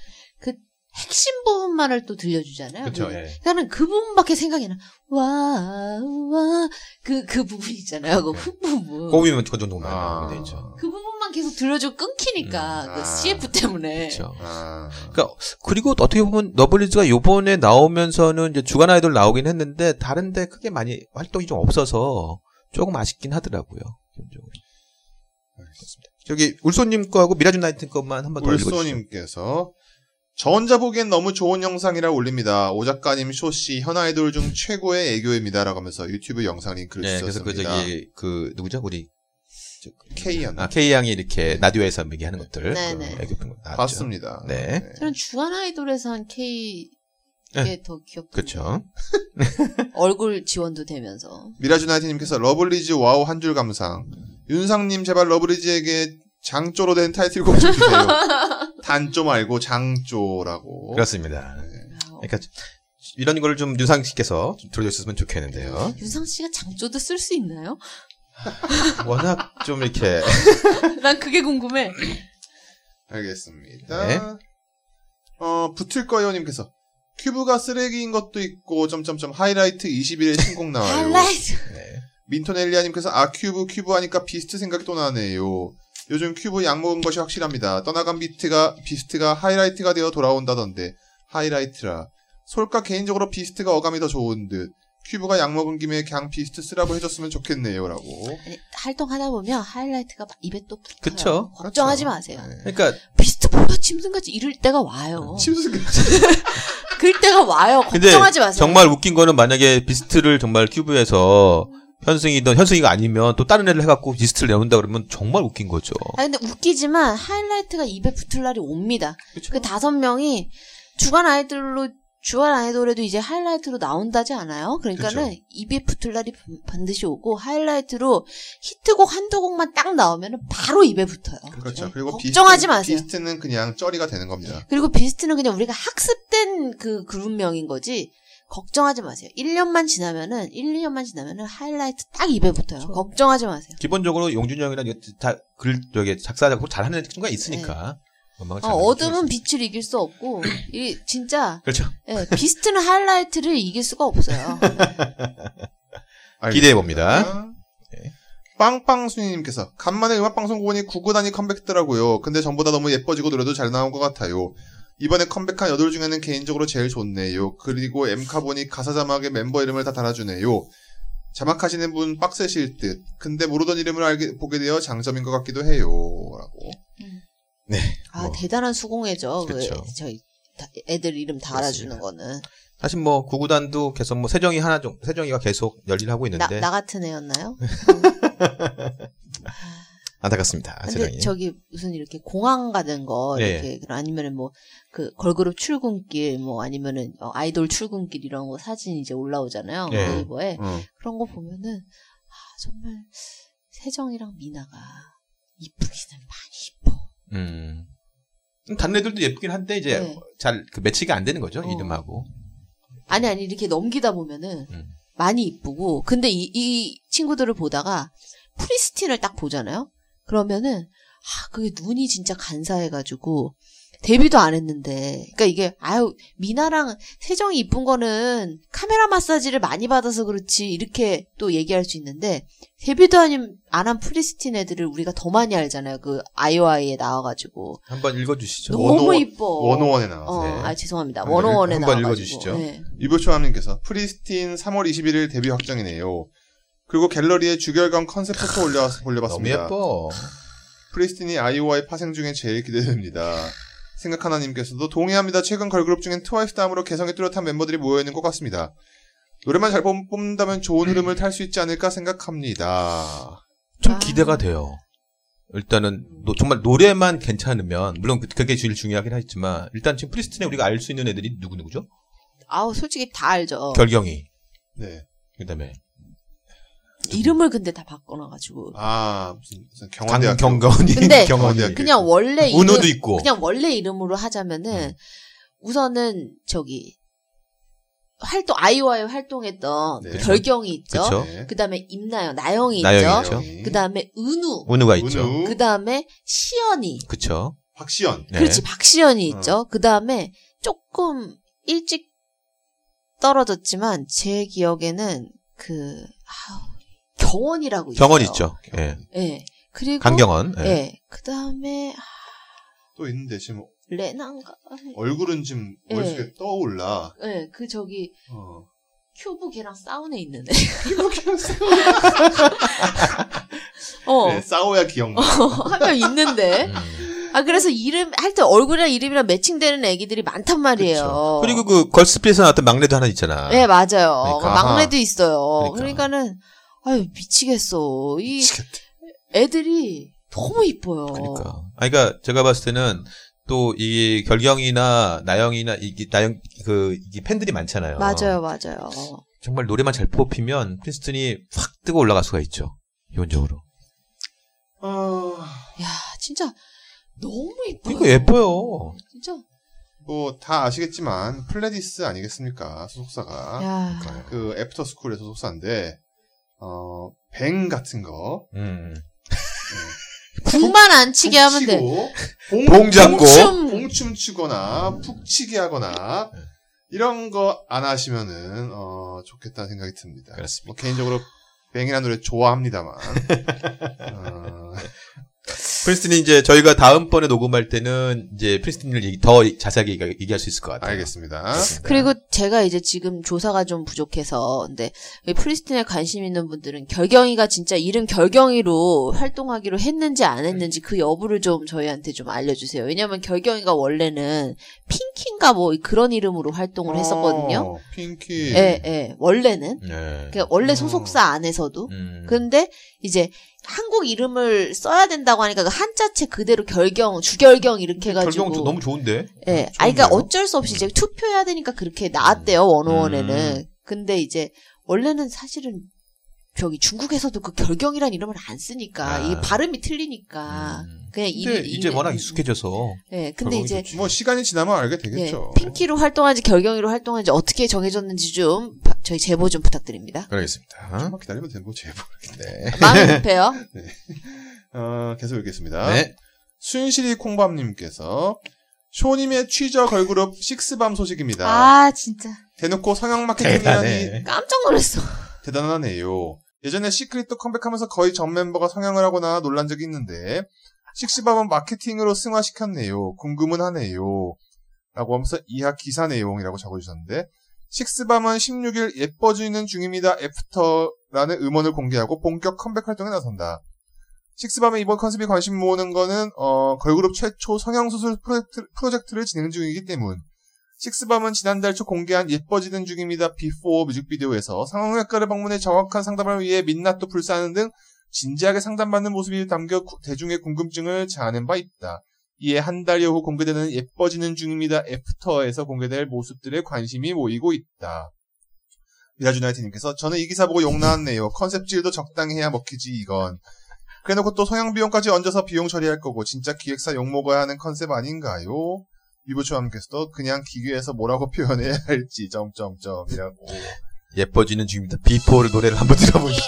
[SPEAKER 1] 그 핵심 부분만을 또 들려주잖아요.
[SPEAKER 5] 그렇죠.
[SPEAKER 1] 우리가. 나는 그 부분밖에 생각이 나. 와와그그 부분 있잖아요.
[SPEAKER 5] 네.
[SPEAKER 1] 그 훅 부분.
[SPEAKER 5] 꼬비면 그 정도 많이
[SPEAKER 4] 아.
[SPEAKER 5] 나오면 되죠.
[SPEAKER 1] 그 부분만 계속 들려주고 끊기니까
[SPEAKER 4] 음,
[SPEAKER 1] 그
[SPEAKER 4] 아.
[SPEAKER 1] CF 때문에.
[SPEAKER 5] 그렇죠.
[SPEAKER 4] 아.
[SPEAKER 5] 그러니까 그리고 어떻게 보면 러블리즈가 요번에 나오면서는 이제 주간 아이돌 나오긴 했는데 다른데 크게 많이 활동이 좀 없어서 조금 아쉽긴 하더라고요. 개인적으로. 저기 울소님 거하고 미라준 나이트 거만 한번 더 읽어주세요.
[SPEAKER 4] 울소님께서 저 혼자 보기엔 너무 좋은 영상이라 올립니다. 오 작가님 쇼씨 현 아이돌 중 최고의 애교입니다라고 하면서 유튜브 영상 링크를
[SPEAKER 5] 네, 그래서 그
[SPEAKER 4] 주셨습니다. 그
[SPEAKER 5] 저기 그 누구죠 우리
[SPEAKER 4] K 였나?
[SPEAKER 5] 아 K 양이 이렇게 라디오에서 얘기하는 것들
[SPEAKER 1] 네네.
[SPEAKER 5] 애교 편곡 나왔죠.
[SPEAKER 4] 봤습니다.
[SPEAKER 5] 네.
[SPEAKER 1] 저는 주간 아이돌에서 한 K 이게 더 귀엽고
[SPEAKER 5] 그렇죠.
[SPEAKER 1] 얼굴 지원도 되면서
[SPEAKER 4] 미라주나이트님께서 러블리즈 와우 한 줄 감상. 윤상님 제발 러블리즈에게 장조로 된 타이틀곡 좀 주세요. 단조 말고 장조라고.
[SPEAKER 5] 그렇습니다.
[SPEAKER 4] 네.
[SPEAKER 1] 어,
[SPEAKER 5] 그러니까 이런 걸 좀 유상 씨께서 좀 들어줬으면 좋겠는데요.
[SPEAKER 1] 윤상 씨가 장조도 쓸 수 있나요?
[SPEAKER 5] 워낙 좀 이렇게
[SPEAKER 1] 난 그게 궁금해.
[SPEAKER 4] 알겠습니다.
[SPEAKER 5] 네.
[SPEAKER 4] 어, 붙을 거요님께서 큐브가 쓰레기인 것도 있고 점점점 하이라이트 21에 신곡 나와요.
[SPEAKER 1] 하이라이트.
[SPEAKER 5] 네.
[SPEAKER 4] 민토넬리아님께서 아 큐브 큐브 하니까 비스트 생각이 또 나네요. 요즘 큐브 약 먹은 것이 확실합니다. 떠나간 비트가 비스트가 하이라이트가 되어 돌아온다던데 하이라이트라. 솔까 개인적으로 비스트가 어감이 더 좋은 듯. 큐브가 약 먹은 김에 그냥 비스트 쓰라고 해줬으면 좋겠네요라고.
[SPEAKER 1] 아니, 활동하다 보면 하이라이트가 막 입에 또 붙어요.
[SPEAKER 5] 그쵸.
[SPEAKER 1] 걱정하지
[SPEAKER 4] 그렇죠.
[SPEAKER 1] 마세요.
[SPEAKER 4] 네. 음,
[SPEAKER 5] 그러니까
[SPEAKER 1] 비스트보다 짐승같이 이럴 때가 와요.
[SPEAKER 4] 침수
[SPEAKER 1] 어. 그럴 때가 와요.
[SPEAKER 5] 근데
[SPEAKER 1] 걱정하지 마세요.
[SPEAKER 5] 정말 웃긴 거는 만약에 비스트를 정말 큐브에서 현승이든 현승이가 아니면 또 다른 애를 해갖고 비스트를 내놓는다 그러면 정말 웃긴 거죠.
[SPEAKER 1] 아 근데 웃기지만 하이라이트가 입에 붙을 날이 옵니다. 그 다섯 명이 주간 아이돌로 주간 아이돌에도 이제 하이라이트로 나온다지 않아요? 그러니까는
[SPEAKER 5] 그쵸.
[SPEAKER 1] 입에 붙을 날이 반- 반드시 오고 하이라이트로 히트곡 한두 곡만 딱 나오면은 바로 입에 붙어요.
[SPEAKER 4] 그렇죠.
[SPEAKER 1] 네,
[SPEAKER 4] 그리고
[SPEAKER 1] 걱정하지
[SPEAKER 4] 비스트,
[SPEAKER 1] 마세요.
[SPEAKER 4] 비스트는 그냥 쩌리가 되는 겁니다.
[SPEAKER 1] 그리고 비스트는 그냥 우리가 학습된 그 그룹명인 거지. 걱정하지 마세요. 1년만 지나면은 1, 2년만 지나면은 하이라이트 딱 입에 붙어요. 걱정하지 마세요.
[SPEAKER 5] 기본적으로 용준이 형이랑 이거 다, 글, 저기 작사, 작곡 잘하는 친구가 있으니까. 음악을
[SPEAKER 1] 어,
[SPEAKER 5] 잘하는 친구가
[SPEAKER 1] 어둠은
[SPEAKER 5] 있으니까.
[SPEAKER 1] 빛을 이길 수 없고 이 진짜
[SPEAKER 5] 그렇죠.
[SPEAKER 1] 예, 비스트는 하이라이트를 이길 수가 없어요.
[SPEAKER 5] 기대해봅니다. 네.
[SPEAKER 4] 빵빵순이님께서 예. 간만에 음악방송 보니 구구단이 컴백더라고요. 근데 전보다 너무 예뻐지고 노래도 잘 나온 것 같아요. 이번에 컴백한 여덟 중에는 개인적으로 제일 좋네요. 그리고 엠카 보니 가사 자막에 멤버 이름을 다 달아주네요. 자막하시는 분 빡세실 듯. 근데 모르던 이름을 알게 보게 되어 장점인 것 같기도 해요. 라고.
[SPEAKER 1] 아
[SPEAKER 5] 뭐. 그렇죠.
[SPEAKER 1] 대단한 수공예죠. 그
[SPEAKER 5] 그쵸.
[SPEAKER 1] 저희 다- 애들 이름 다 알아주는
[SPEAKER 5] 그렇습니다.
[SPEAKER 1] 거는
[SPEAKER 5] 사실 뭐 구구단도 계속 뭐 세정이 하나 좀 세정이가 계속 열일하고
[SPEAKER 1] 나,
[SPEAKER 5] 있는데
[SPEAKER 1] 나 같은 애였나요?
[SPEAKER 5] 안타깝습니다. 아,
[SPEAKER 1] 근데
[SPEAKER 5] 세정이.
[SPEAKER 1] 저기 무슨 이렇게 공항 가는 거
[SPEAKER 5] 네.
[SPEAKER 1] 이렇게 그런 아니면은 뭐 그 걸그룹 출근길 뭐 아니면은 어, 아이돌 출근길 이런 거 사진 이제 올라오잖아요
[SPEAKER 5] 네.
[SPEAKER 1] 네이버에
[SPEAKER 4] 어.
[SPEAKER 1] 그런 거 보면은 아 정말 세정이랑 미나가 이쁘기는 많이 이뻐.
[SPEAKER 5] 음. 다른 애들도 예쁘긴 한데 이제
[SPEAKER 1] 네.
[SPEAKER 5] 잘 그 매치가 안 되는 거죠
[SPEAKER 1] 어.
[SPEAKER 5] 이름하고.
[SPEAKER 1] 아니 아니 이렇게 넘기다 보면은
[SPEAKER 5] 음.
[SPEAKER 1] 많이 이쁘고 근데 이, 이 친구들을 보다가 프리스틴을 딱 보잖아요. 그러면은 아 그게 눈이 진짜 간사해가지고 데뷔도 안 했는데 그러니까 이게 아유 미나랑 세정이 이쁜 거는 카메라 마사지를 많이 받아서 그렇지 이렇게 또 얘기할 수 있는데 데뷔도 안 한 프리스틴 애들을 우리가 더 많이 알잖아요. 그 아이오아이에 나와가지고
[SPEAKER 5] 한번 읽어주시죠.
[SPEAKER 1] 너무
[SPEAKER 4] 원오-
[SPEAKER 1] 이뻐.
[SPEAKER 4] 원오원에
[SPEAKER 1] 어,
[SPEAKER 4] 나와서. 네.
[SPEAKER 1] 아 죄송합니다.
[SPEAKER 5] 한번 읽-
[SPEAKER 1] 원오원에
[SPEAKER 5] 네. 한번
[SPEAKER 1] 나와가지고.
[SPEAKER 5] 읽어주시죠.
[SPEAKER 1] 네.
[SPEAKER 4] 유보초함님께서 프리스틴 3월 21일 데뷔 확정이네요. 그리고 갤러리에 주결관 컨셉 포토 올려,
[SPEAKER 5] 너무
[SPEAKER 4] 올려봤습니다.
[SPEAKER 5] 예뻐.
[SPEAKER 4] 프리스틴이 아이오와의 파생 중에 제일 기대됩니다. 생각하나님께서도 동의합니다. 최근 걸그룹 중엔 트와이스 다음으로 개성이 뚜렷한 멤버들이 모여있는 것 같습니다. 노래만 잘 뽑- 뽑는다면 좋은 흐름을 탈 수 있지 않을까 생각합니다.
[SPEAKER 5] 좀
[SPEAKER 1] 아.
[SPEAKER 5] 기대가 돼요. 일단은 노- 정말 노래만 괜찮으면 물론 그- 그게 제일 중요하긴 하지만 일단 지금 프리스틴에 우리가 알 수 있는 애들이 누구 누구죠?
[SPEAKER 1] 아우 솔직히 다 알죠.
[SPEAKER 5] 결경이
[SPEAKER 4] 네.
[SPEAKER 5] 그다음에
[SPEAKER 1] 이름을 근데 다 바꿔놔가지고
[SPEAKER 4] 아, 무슨, 무슨
[SPEAKER 5] 강
[SPEAKER 4] 경원대학.
[SPEAKER 5] 경건이
[SPEAKER 1] 근데
[SPEAKER 5] 경건이
[SPEAKER 4] 경원대학교.
[SPEAKER 1] 그냥 원래 이름
[SPEAKER 5] 네, 그렇죠. 아, 은호도 있고 음.
[SPEAKER 1] 그냥 원래 이름으로 하자면은 우선은 저기 활동 아이와의 활동했던
[SPEAKER 4] 네.
[SPEAKER 1] 그 결경이 있죠.
[SPEAKER 5] 그쵸.
[SPEAKER 4] 네.
[SPEAKER 1] 그다음에 임나영, 나영이
[SPEAKER 5] 나영이
[SPEAKER 1] 있죠. 아,
[SPEAKER 5] 있죠.
[SPEAKER 4] 경원이.
[SPEAKER 1] 그다음에 은우,
[SPEAKER 5] 은우가 있죠.
[SPEAKER 4] 은우,
[SPEAKER 1] 그다음에 시연이,
[SPEAKER 5] 그쵸?
[SPEAKER 4] 박시연.
[SPEAKER 5] 네.
[SPEAKER 1] 그렇지 박시연이
[SPEAKER 4] 어.
[SPEAKER 1] 있죠. 그다음에 조금 일찍 떨어졌지만 제 기억에는 그 아우, 경원이라고 있어요.
[SPEAKER 5] 경원 있죠. 예.
[SPEAKER 1] 예. 그리고
[SPEAKER 5] 강경원. 예.
[SPEAKER 1] 예. 그다음에 아,
[SPEAKER 4] 또 있는데 지금
[SPEAKER 1] 레나인가?
[SPEAKER 5] 어.
[SPEAKER 4] 얼굴은 지금
[SPEAKER 1] 예.
[SPEAKER 4] 머릿속에 떠올라.
[SPEAKER 1] 예, 그 저기
[SPEAKER 4] 어.
[SPEAKER 1] 큐브 걔랑 사운에 있는 애. 어.
[SPEAKER 4] 네, 싸워야 기억나.
[SPEAKER 1] 한 명 있는데.
[SPEAKER 5] 음.
[SPEAKER 1] 아, 그래서 이름, 하여튼 얼굴이랑 이름이랑 매칭되는 애기들이 많단 말이에요.
[SPEAKER 5] 그쵸. 그리고 그 걸스피에서 나왔던 막내도 하나 있잖아.
[SPEAKER 1] 네, 맞아요.
[SPEAKER 5] 그러니까.
[SPEAKER 1] 그 막내도 있어요.
[SPEAKER 5] 그러니까.
[SPEAKER 1] 그러니까. 는 아유, 미치겠어. 이 애들이 너무 이뻐요.
[SPEAKER 5] 그러니까. 아, 그러니까 제가 봤을 때는 또 이 결경이나 나영이나 이게 나영 그 이게 팬들이 많잖아요.
[SPEAKER 1] 맞아요, 맞아요.
[SPEAKER 5] 정말 노래만 잘 뽑히면 프린스턴이 확 뜨고 올라갈 수가 있죠. 기본적으로.
[SPEAKER 4] 아,
[SPEAKER 1] 야, 진짜 너무 이뻐요.
[SPEAKER 5] 이거 예뻐요.
[SPEAKER 1] 진짜.
[SPEAKER 4] 뭐 다 아시겠지만 플레디스 아니겠습니까 소속사가
[SPEAKER 1] 야.
[SPEAKER 5] 그러니까.
[SPEAKER 4] 그 애프터 스쿨의 소속사인데 어뱅 같은 거
[SPEAKER 5] 음.
[SPEAKER 1] 국만 안 치게 하면 돼.
[SPEAKER 4] 치고, 어? 봉,
[SPEAKER 5] 봉 잡고.
[SPEAKER 1] 봉춤.
[SPEAKER 4] 봉춤 추거나 푹치기 하거나
[SPEAKER 5] 네.
[SPEAKER 4] 이런 거 안 하시면은 어, 좋겠다는 생각이 듭니다.
[SPEAKER 5] 그렇습니다.
[SPEAKER 4] 뭐 개인적으로 뱅이라는 노래 좋아합니다만 어,
[SPEAKER 5] 프린스턴이 이제 저희가 다음번에 녹음할 때는 이제 프린스턴을 얘기- 더 자세하게 얘기- 얘기할 수 있을 것 같아요.
[SPEAKER 4] 알겠습니다.
[SPEAKER 1] 그리고 제가 이제 지금 조사가 좀 부족해서 근데 이 프리스틴에 관심 있는 분들은 결경이가 진짜 이름 결경이로 활동하기로 했는지 안 했는지 그 여부를 좀 저희한테 좀 알려주세요. 왜냐면 결경이가 원래는 핑키인가 뭐 그런 이름으로 활동을 했었거든요.
[SPEAKER 4] 어, 핑키
[SPEAKER 1] 예, 예. 원래는
[SPEAKER 5] 네.
[SPEAKER 1] 그러니까 원래
[SPEAKER 4] 어.
[SPEAKER 1] 소속사 안에서도
[SPEAKER 5] 음.
[SPEAKER 1] 근데 이제 한국 이름을 써야 된다고 하니까 그 한자체 그대로 결경, 주결경 이렇게 해가지고
[SPEAKER 5] 결경 너무 좋은데.
[SPEAKER 1] 예.
[SPEAKER 4] 음,
[SPEAKER 1] 아니, 그러니까
[SPEAKER 4] 좋은데요?
[SPEAKER 1] 어쩔 수 없이 이제 투표해야 되니까 그렇게 나왔대요, 원어원에는.
[SPEAKER 5] 음.
[SPEAKER 1] 근데 이제, 원래는 사실은, 저기 중국에서도 그 결경이란 이름을 안 쓰니까,
[SPEAKER 5] 아.
[SPEAKER 1] 이게 발음이 틀리니까.
[SPEAKER 5] 음.
[SPEAKER 1] 그냥 아, 이
[SPEAKER 5] 근데 이제 워낙 익숙해져서
[SPEAKER 1] 예, 근데
[SPEAKER 5] 결경이
[SPEAKER 1] 이제,
[SPEAKER 5] 좋지.
[SPEAKER 4] 뭐 시간이 지나면
[SPEAKER 1] 예,
[SPEAKER 4] 알게 되겠죠.
[SPEAKER 1] 핑키로 활동한지 결경이로 활동한지 어떻게 정해졌는지 좀, 바- 저희 제보 좀 부탁드립니다.
[SPEAKER 5] 그러겠습니다.
[SPEAKER 4] 조금만 기다리면 되는 거 제발.
[SPEAKER 5] 네.
[SPEAKER 1] 마음 급해요.
[SPEAKER 4] 어, 계속 읽겠습니다.
[SPEAKER 5] 네.
[SPEAKER 4] 순실이 콩밤님께서 쇼님의 취저 걸그룹 식스밤 소식입니다.
[SPEAKER 1] 아, 진짜.
[SPEAKER 4] 대놓고 성형
[SPEAKER 5] 그
[SPEAKER 4] 마케팅이라니
[SPEAKER 5] 대단해.
[SPEAKER 1] 깜짝 놀랐어.
[SPEAKER 4] 대단하네요. 예전에 시크릿도 컴백하면서 거의 전 멤버가 성형을 하거나 놀란 적이 있는데 식스밤은 마케팅으로 승화시켰네요. 궁금은 하네요. 라고 하면서 이하 기사 내용이라고 적어주셨는데 식스밤은 16일 예뻐지는 중입니다. 애프터라는 음원을 공개하고 본격 컴백 활동에 나선다. 식스밤의 이번 컨셉에 관심 모으는 거는 어, 걸그룹 최초 성형수술 프로젝트, 를 진행 중이기 때문. 식스밤은 지난달 초 공개한 예뻐지는 중입니다 비포 뮤직비디오에서 상황외과를 방문해 정확한 상담을 위해 민낯도 불사하는 등 진지하게 상담받는 모습이 담겨 구- 대중의 궁금증을 자아낸 바 있다. 이에 한 달여 후 공개되는 예뻐지는 중입니다 애프터에서 공개될 모습들에 관심이 모이고 있다. 미라주나이트님께서 저는 이 기사 보고 욕 나왔네요. 컨셉질도 적당히 해야 먹히지 이건. 그래놓고 또 성형 비용까지 얹어서 비용 처리할 거고 진짜 기획사 욕 먹어야 하는 컨셉 아닌가요? 유부초함께서도 그냥 기계에서 뭐라고 표현해야 할지 점점점이라고.
[SPEAKER 5] 예뻐지는 중입니다. 비포를 노래를 한번 들어보시죠.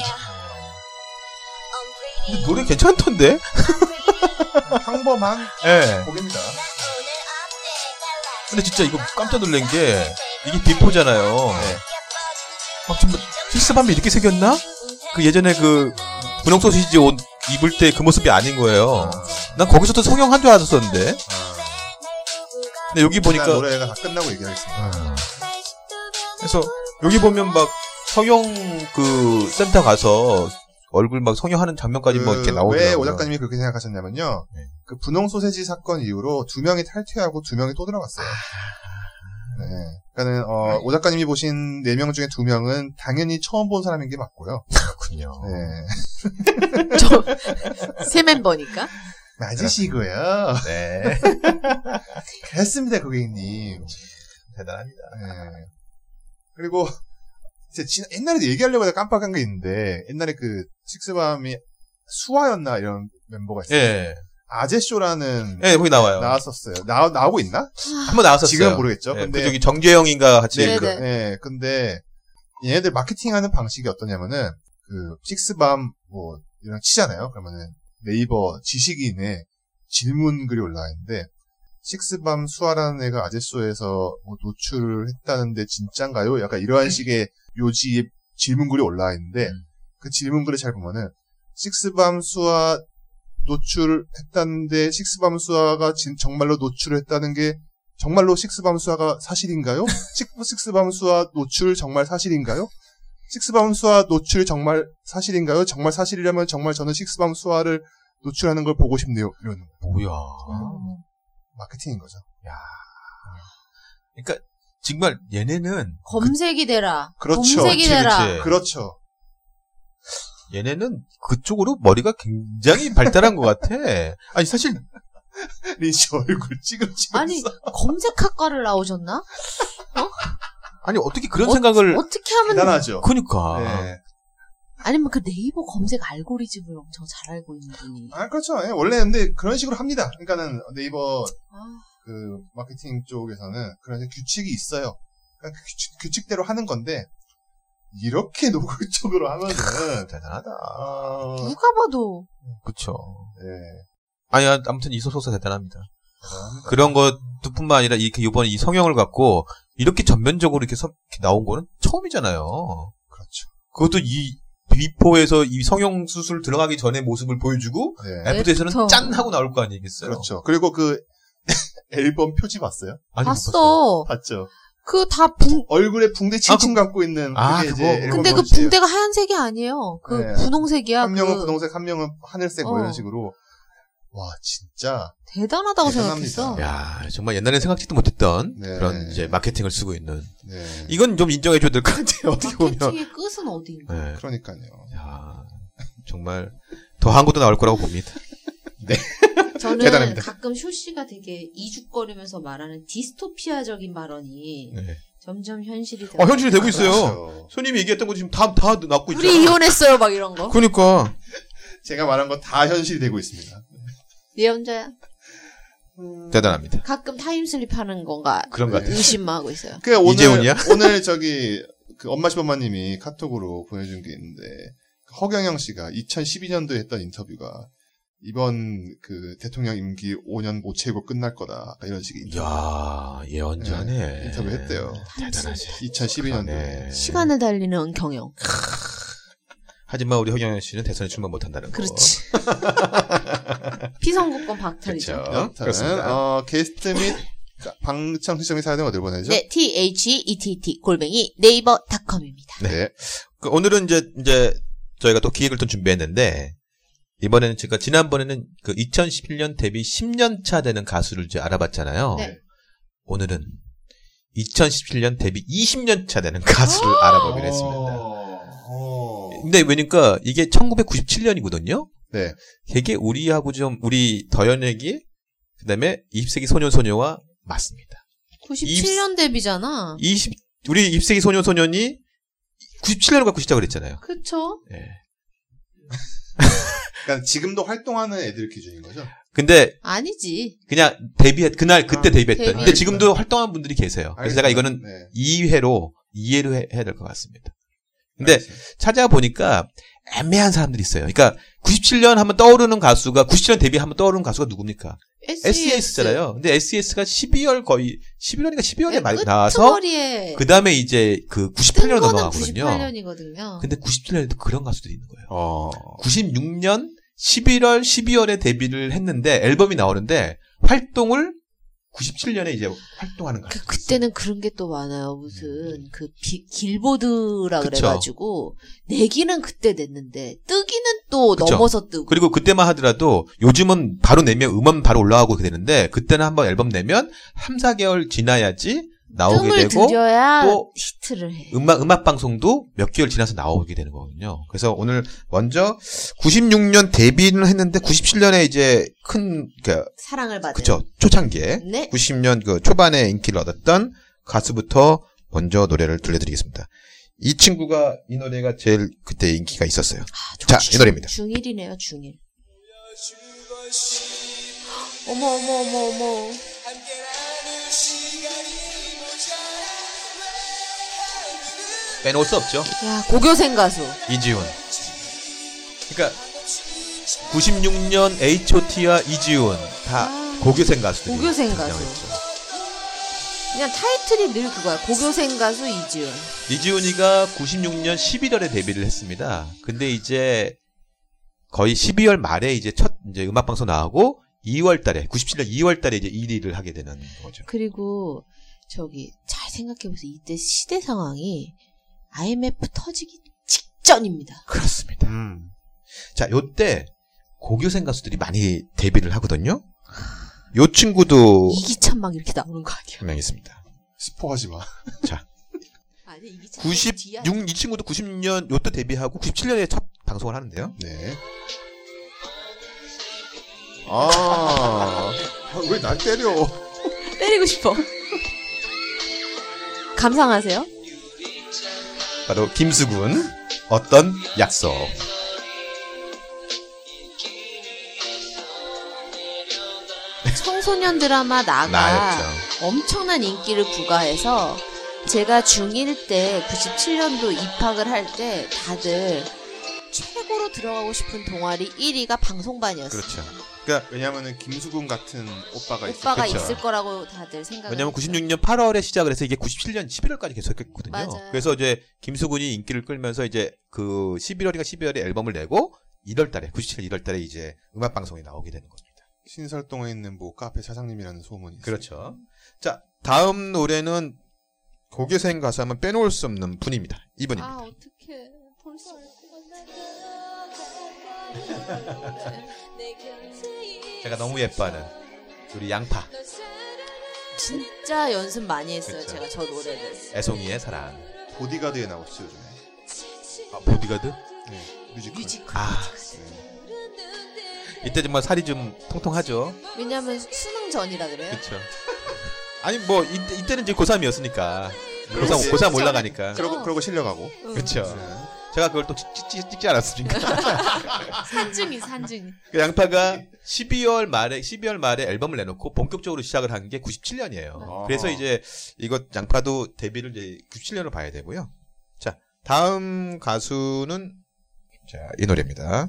[SPEAKER 5] 근데 뭐 노래 괜찮던데?
[SPEAKER 4] 평범한
[SPEAKER 5] 예.
[SPEAKER 4] 곡입니다.
[SPEAKER 5] 근데 진짜 이거 깜짝 놀란 게 이게 비포잖아요. 막좀 식스밤이 이렇게 생겼나? 그 예전에 그 분홍 소시지 옷 입을 때 그 모습이 아닌 거예요. 난 거기서도 성형 한줄 알았었는데. 근데 여기 보니까
[SPEAKER 4] 보니까
[SPEAKER 5] 아,
[SPEAKER 4] 노래가 다 끝나고 얘기하겠습니다.
[SPEAKER 5] 그래서 여기 보면 막 성형 그 센터 가서 얼굴 막 성형하는 장면까지 뭐 이렇게
[SPEAKER 4] 그 왜
[SPEAKER 5] 나오더라고요.
[SPEAKER 4] 오작가님이 그렇게 생각하셨냐면요.
[SPEAKER 5] 네.
[SPEAKER 4] 그 분홍 소세지 사건 이후로 두 명이 탈퇴하고 두 명이 또 들어갔어요.
[SPEAKER 5] 아.
[SPEAKER 4] 네. 그러니까는
[SPEAKER 5] 네.
[SPEAKER 4] 어, 오작가님이 보신 네 명 중에 두 명은 당연히 처음 본 사람인 게 맞고요.
[SPEAKER 5] 그렇군요.
[SPEAKER 4] 네.
[SPEAKER 1] 새 멤버니까.
[SPEAKER 4] 맞으시고요.
[SPEAKER 5] 네.
[SPEAKER 4] 그렇습니다, 고객님.
[SPEAKER 5] 대단합니다.
[SPEAKER 4] 네. 그리고 이제 지- 옛날에도 얘기하려고 하다 깜빡한 게 있는데 옛날에 그 식스밤이 수아였나 이런 멤버가 있어요.
[SPEAKER 5] 예.
[SPEAKER 4] 아재쇼라는
[SPEAKER 5] 예, 거기 나와요.
[SPEAKER 4] 나왔었어요. 나 나오고 있나?
[SPEAKER 5] 한번 나왔었어요.
[SPEAKER 4] 지금은 모르겠죠.
[SPEAKER 5] 예,
[SPEAKER 4] 근데
[SPEAKER 5] 그 저기 정재영인가 같이
[SPEAKER 1] 네,
[SPEAKER 5] 그
[SPEAKER 1] 네.
[SPEAKER 4] 예, 근데 얘네들 마케팅하는 방식이 어떠냐면은 그 식스밤 뭐 이런 거 치잖아요. 그러면은 네이버 지식인의 질문 글이 올라와 있는데 식스밤 수아라는 애가 아제쇼에서 뭐 노출을 했다는데 진짠가요? 약간 이러한 식의 요지 질문 글이 올라와 있는데
[SPEAKER 5] 음.
[SPEAKER 4] 그 질문 글을 잘 보면은 식스밤 수아 노출을 했다는데 식스밤 수아가 진- 정말로 노출을 했다는 게 정말로 식스밤 수아가 사실인가요? 식부 식스밤 수아 노출 정말 사실인가요? 식스밤 수아 노출 정말 사실인가요? 정말 사실이라면 정말 저는 식스밤 수아를 노출하는 걸 보고 싶네요. 이런
[SPEAKER 5] 뭐야.
[SPEAKER 4] 마케팅인 거죠.
[SPEAKER 5] 그러니까 정말 얘네는
[SPEAKER 3] 검색이 되라.
[SPEAKER 4] 그렇죠.
[SPEAKER 3] 검색이
[SPEAKER 5] 그치,
[SPEAKER 3] 되라.
[SPEAKER 5] 그치.
[SPEAKER 4] 그렇죠.
[SPEAKER 5] 얘네는 그쪽으로 머리가 굉장히 발달한 것 같아. 아니 사실
[SPEAKER 4] 린씨 얼굴 찌그러지고
[SPEAKER 3] 아니 검색학과를 나오셨나?
[SPEAKER 5] 아니 어떻게 그런
[SPEAKER 3] 어,
[SPEAKER 5] 생각을
[SPEAKER 3] 어떻게 하면
[SPEAKER 4] 대단하죠.
[SPEAKER 5] 그러니까
[SPEAKER 4] 네.
[SPEAKER 3] 아니면 그 네이버 검색 알고리즘을 엄청 잘 알고 있는 분이.
[SPEAKER 4] 아 그렇죠. 예, 원래 근데 그런 식으로 합니다. 그러니까는 네이버
[SPEAKER 3] 아.
[SPEAKER 4] 그 마케팅 쪽에서는 그런 규칙이 있어요. 그러니까 그 규칙, 규칙대로 하는 건데 이렇게 노골적으로 하면은
[SPEAKER 5] 대단하다. 어.
[SPEAKER 4] 아,
[SPEAKER 3] 누가 봐도
[SPEAKER 5] 그쵸.
[SPEAKER 4] 예.
[SPEAKER 5] 아니 아, 아무튼 이 소속사 대단합니다. 그런 것뿐만 아니라 이렇게 이번 이 성형을 갖고 이렇게 전면적으로 이렇게, 섭- 이렇게 나온 거는 처음이잖아요.
[SPEAKER 4] 그렇죠.
[SPEAKER 5] 그것도 이 비포에서 이 성형 수술 들어가기 전에 모습을 보여주고
[SPEAKER 4] 네.
[SPEAKER 5] 애프터에서는
[SPEAKER 3] 애프터.
[SPEAKER 5] 짠 하고 나올 거 아니겠어요?
[SPEAKER 4] 그렇죠. 그리고 그 앨범 표지 봤어요?
[SPEAKER 5] 아니, 못 봤어요.
[SPEAKER 3] 봤어.
[SPEAKER 4] 봤죠.
[SPEAKER 3] 그다 붕.
[SPEAKER 4] 얼굴에 붕대 칭칭 감고 있는
[SPEAKER 5] 아,
[SPEAKER 4] 그게
[SPEAKER 5] 그거.
[SPEAKER 4] 이제 앨범
[SPEAKER 3] 근데 그
[SPEAKER 4] 표지예요.
[SPEAKER 3] 붕대가 하얀색이 아니에요. 그
[SPEAKER 4] 네.
[SPEAKER 3] 분홍색이야.
[SPEAKER 4] 한 명은
[SPEAKER 3] 그
[SPEAKER 4] 분홍색, 한 명은 하늘색 뭐 이런
[SPEAKER 3] 어.
[SPEAKER 4] 식으로 와 진짜
[SPEAKER 3] 대단하다고
[SPEAKER 4] 대단합니다.
[SPEAKER 3] 생각했어.
[SPEAKER 5] 야 정말 옛날에 생각지도 못했던
[SPEAKER 4] 네.
[SPEAKER 5] 그런 이제 마케팅을 쓰고 있는
[SPEAKER 4] 네.
[SPEAKER 5] 이건 좀 인정해줘야 될 것 같아요. 어떻게 보면.
[SPEAKER 3] 마케팅의 끝은 어디인가?
[SPEAKER 5] 네.
[SPEAKER 4] 그러니까요.
[SPEAKER 5] 야, 정말 더한 것도 나올 거라고 봅니다.
[SPEAKER 3] 저는
[SPEAKER 5] 대단합니다.
[SPEAKER 3] 가끔 쇼씨가 되게 이죽거리면서 말하는 디스토피아적인 발언이
[SPEAKER 5] 네.
[SPEAKER 3] 점점 현실이 되고
[SPEAKER 5] 어, 현실이 되고 있어요.
[SPEAKER 4] 그렇죠.
[SPEAKER 5] 손님이 얘기했던 거 지금 다, 다 낳고 있죠.
[SPEAKER 3] 우리 이혼했어요 막 이런 거.
[SPEAKER 5] 그러니까.
[SPEAKER 4] 제가 말한 건 다 현실이 되고 있습니다.
[SPEAKER 3] 네 혼자야.
[SPEAKER 5] 대단합니다. 네.
[SPEAKER 3] 가끔 타임슬립 하는 건가
[SPEAKER 5] 그런 것 같아요.
[SPEAKER 3] 의심하고 있어요.
[SPEAKER 4] 그 오늘
[SPEAKER 5] 이재훈이야?
[SPEAKER 4] 오늘 저기 그 엄마 시범마님이 카톡으로 보내준 게 있는데 그 허경영 씨가 2012년도에 했던 인터뷰가 이번 그 대통령 임기 5년 못 채우고 끝날 거다 이런 식의 인터뷰.
[SPEAKER 5] 야 예언자네.
[SPEAKER 4] 네, 인터뷰했대요.
[SPEAKER 5] 대단하지.
[SPEAKER 4] 2012년도에.
[SPEAKER 5] 그러네.
[SPEAKER 3] 시간을 달리는 경영.
[SPEAKER 5] 하지만 우리 허경영 씨는 대선에 출마 못한다는 거.
[SPEAKER 3] 그렇지. 피선거권 박탈이죠.
[SPEAKER 5] 그렇죠.
[SPEAKER 4] 여타는
[SPEAKER 5] 그렇습니다.
[SPEAKER 4] 어, 게스트 및 방청 시청의 사연은 어디로 보내죠?
[SPEAKER 3] 네, t h e t t 골뱅이 네이버닷컴입니다.
[SPEAKER 5] 그 오늘은 이제 이제 저희가 또 기획을 또 준비했는데 이번에는 제가 지난번에는 그 2011년 데뷔 10년 차 되는 가수를 이제 알아봤잖아요.
[SPEAKER 3] 네.
[SPEAKER 5] 오늘은 2017년 데뷔 20년 차 되는 가수를 알아보기로 했습니다.
[SPEAKER 4] 어.
[SPEAKER 5] 근데 왜니까 이게 1997년이거든요.
[SPEAKER 4] 네.
[SPEAKER 5] 되게 우리하고 좀 우리 더연에게 그다음에 20세기 소년 소녀와 맞습니다.
[SPEAKER 1] 97년 데뷔잖아.
[SPEAKER 5] 20 우리 20세기 소년 소년이 97년을 갖고 시작을 했잖아요.
[SPEAKER 1] 그쵸?
[SPEAKER 5] 예.
[SPEAKER 4] 그러니까 지금도 활동하는 애들 기준인 거죠?
[SPEAKER 5] 근데
[SPEAKER 1] 아니지.
[SPEAKER 5] 그냥 데뷔했 그날 그때
[SPEAKER 4] 아,
[SPEAKER 5] 데뷔했던.
[SPEAKER 1] 데뷔.
[SPEAKER 5] 근데 지금도 활동한 분들이 계세요. 그래서 제가 이거는
[SPEAKER 4] 네.
[SPEAKER 5] 2회로 이해를 해- 해야 될 것 같습니다. 근데
[SPEAKER 4] 알겠습니다.
[SPEAKER 5] 찾아보니까 애매한 사람들이 있어요. 그러니까 97년 하면 떠오르는 가수가 97년 데뷔하면 떠오르는 가수가 누굽니까?
[SPEAKER 1] E
[SPEAKER 5] SES잖아요. E 근데 SES가 12월 거의 11월인가
[SPEAKER 1] 네,
[SPEAKER 5] 12월에 많이 나와서
[SPEAKER 1] 끄트머리에
[SPEAKER 5] 그 다음에 이제 그 98년
[SPEAKER 1] 뜬 거는
[SPEAKER 5] 넘어가거든요.
[SPEAKER 1] 98년이거든요.
[SPEAKER 5] 근데 97년에도 그런 가수들이 있는 거예요.
[SPEAKER 4] 어.
[SPEAKER 5] 96년 11월 12월에 데뷔를 했는데 앨범이 나오는데 활동을 97년에 이제 활동하는 가수.
[SPEAKER 1] 그, 그때는 그런 게 또 많아요. 무슨 그 비- 길보드라
[SPEAKER 5] 음. 그쵸.
[SPEAKER 1] 그래가지고 내기는 그때 냈는데 뜨기는 또
[SPEAKER 5] 그쵸.
[SPEAKER 1] 넘어서 뜨고
[SPEAKER 5] 그리고 그때만 하더라도 요즘은 바로 내면 음원 바로 올라가고 이렇게 되는데 그때는 한번 앨범 내면 3, 4개월 지나야지 나오게
[SPEAKER 1] 뜸을
[SPEAKER 5] 되고
[SPEAKER 1] 들여야
[SPEAKER 5] 또
[SPEAKER 1] 히트를 해.
[SPEAKER 5] 음악, 음악 방송도 몇 개월 지나서 나오게 되는 거거든요. 그래서 오늘 먼저 96년 데뷔는 했는데 97년에 이제 큰, 그,
[SPEAKER 1] 사랑을 받은.
[SPEAKER 5] 그쵸, 초창기에
[SPEAKER 1] 네.
[SPEAKER 5] 90년 그 초반에 인기를 얻었던 가수부터 먼저 노래를 들려드리겠습니다. 이 친구가 이 노래가 제일 그때 인기가 있었어요.
[SPEAKER 1] 아, 저
[SPEAKER 5] 자,
[SPEAKER 1] 중-
[SPEAKER 5] 이 노래입니다.
[SPEAKER 1] 중일이네요, 중일. 어머 어머 어머 어머.
[SPEAKER 5] 빼놓을 수 없죠.
[SPEAKER 1] 야 고교생 가수.
[SPEAKER 5] 이지훈. 그러니까 96년 H.O.T와 이지훈 다
[SPEAKER 1] 아,
[SPEAKER 5] 고교생 가수들.
[SPEAKER 1] 고교생 가수. 그냥 타이틀이 늘 그거야. 고교생 가수 이지은.
[SPEAKER 5] 이지훈이가 96년 11월에 데뷔를 했습니다. 근데 이제 거의 12월 말에 이제 첫 이제 음악 방송 나오고 2월 달에 97년 2월 달에 이제 1위를 하게 되는 거죠.
[SPEAKER 1] 그리고 저기 잘 생각해 보세요. 이때 시대 상황이 IMF 터지기 직전입니다.
[SPEAKER 5] 그렇습니다.
[SPEAKER 4] 음,
[SPEAKER 5] 자, 요때 고교생 가수들이 많이 데뷔를 하거든요. 요 친구도
[SPEAKER 1] 이기찬 막 이렇게 나오는 거 아니야?
[SPEAKER 5] 한 명 있습니다.
[SPEAKER 4] 스포하지 마.
[SPEAKER 1] 아니 이기찬
[SPEAKER 5] 96, 이 친구도 90년 요때 데뷔하고 97년에 첫 방송을 하는데요.
[SPEAKER 4] 네. 아. 왜 날 때려?
[SPEAKER 1] 때리고 싶어. 감상하세요.
[SPEAKER 5] 바로 김수근 어떤 약속.
[SPEAKER 1] 청소년 드라마 나가
[SPEAKER 5] 나였죠.
[SPEAKER 1] 엄청난 인기를 부과해서 제가 중1 때 97년도 입학을 할 때 다들 최고로 들어가고 싶은 동아리 1위가 방송반이었어요.
[SPEAKER 5] 그렇죠.
[SPEAKER 4] 그러니까 왜냐면은 김수근 같은 오빠가 있어.
[SPEAKER 1] 오빠가
[SPEAKER 5] 그렇죠.
[SPEAKER 1] 있을 거라고 다들 생각을
[SPEAKER 5] 왜냐면
[SPEAKER 1] 했어요.
[SPEAKER 5] 96년 8월에 시작을 해서 이게 97년 11월까지 계속했거든요.
[SPEAKER 1] 맞아요.
[SPEAKER 5] 그래서 이제 김수근이 인기를 끌면서 이제 그 11월인가 12월에 앨범을 내고 1월 달에 97년 1월 달에 이제 음악 방송에 나오게 되는 겁니다.
[SPEAKER 4] 신설동에 있는 뭐 카페 사장님이라는 소문이 있어요.
[SPEAKER 5] 그렇죠. 자, 다음 노래는 고교생 가수 하면 빼놓을 수 없는 분입니다. 이분입니다.
[SPEAKER 1] 아 어떡해 벌써
[SPEAKER 5] 제가 너무 예뻐하는 우리 양파
[SPEAKER 1] 진짜 연습 많이 했어요
[SPEAKER 5] 그쵸.
[SPEAKER 1] 제가 저 노래를
[SPEAKER 5] 애송이의 사랑.
[SPEAKER 4] 보디가드에 나왔어요, 요즘에.
[SPEAKER 5] 아, 보디가드?
[SPEAKER 4] 네. 뮤지컬.
[SPEAKER 1] 뮤지컬
[SPEAKER 5] 아,
[SPEAKER 4] 네.
[SPEAKER 5] 이때 정말 살이 좀 통통하죠.
[SPEAKER 1] 아, 왜냐면 수능 전이라 그래요
[SPEAKER 5] 그렇죠. 아니 뭐 이때, 이때는 이제 고3이었으니까
[SPEAKER 1] 네.
[SPEAKER 4] 그렇지.
[SPEAKER 5] 고3
[SPEAKER 1] 그렇죠.
[SPEAKER 5] 고3 올라가니까.
[SPEAKER 1] 아.
[SPEAKER 4] 그러고 그러고 실려가고.
[SPEAKER 1] 응.
[SPEAKER 5] 그렇죠.
[SPEAKER 4] 네.
[SPEAKER 5] 제가 그걸 또 찍- 찍- 찍- 찍지 않았습니까?
[SPEAKER 1] 산증이 산증이
[SPEAKER 5] 그 양파가 12월 말에 12월 말에 앨범을 내놓고 본격적으로 시작을 한 게 97년이에요.
[SPEAKER 4] 아.
[SPEAKER 5] 그래서 이제 이거 양파도 데뷔를 이제 97년으로 봐야 되고요. 자 다음 가수는 자 이 노래입니다.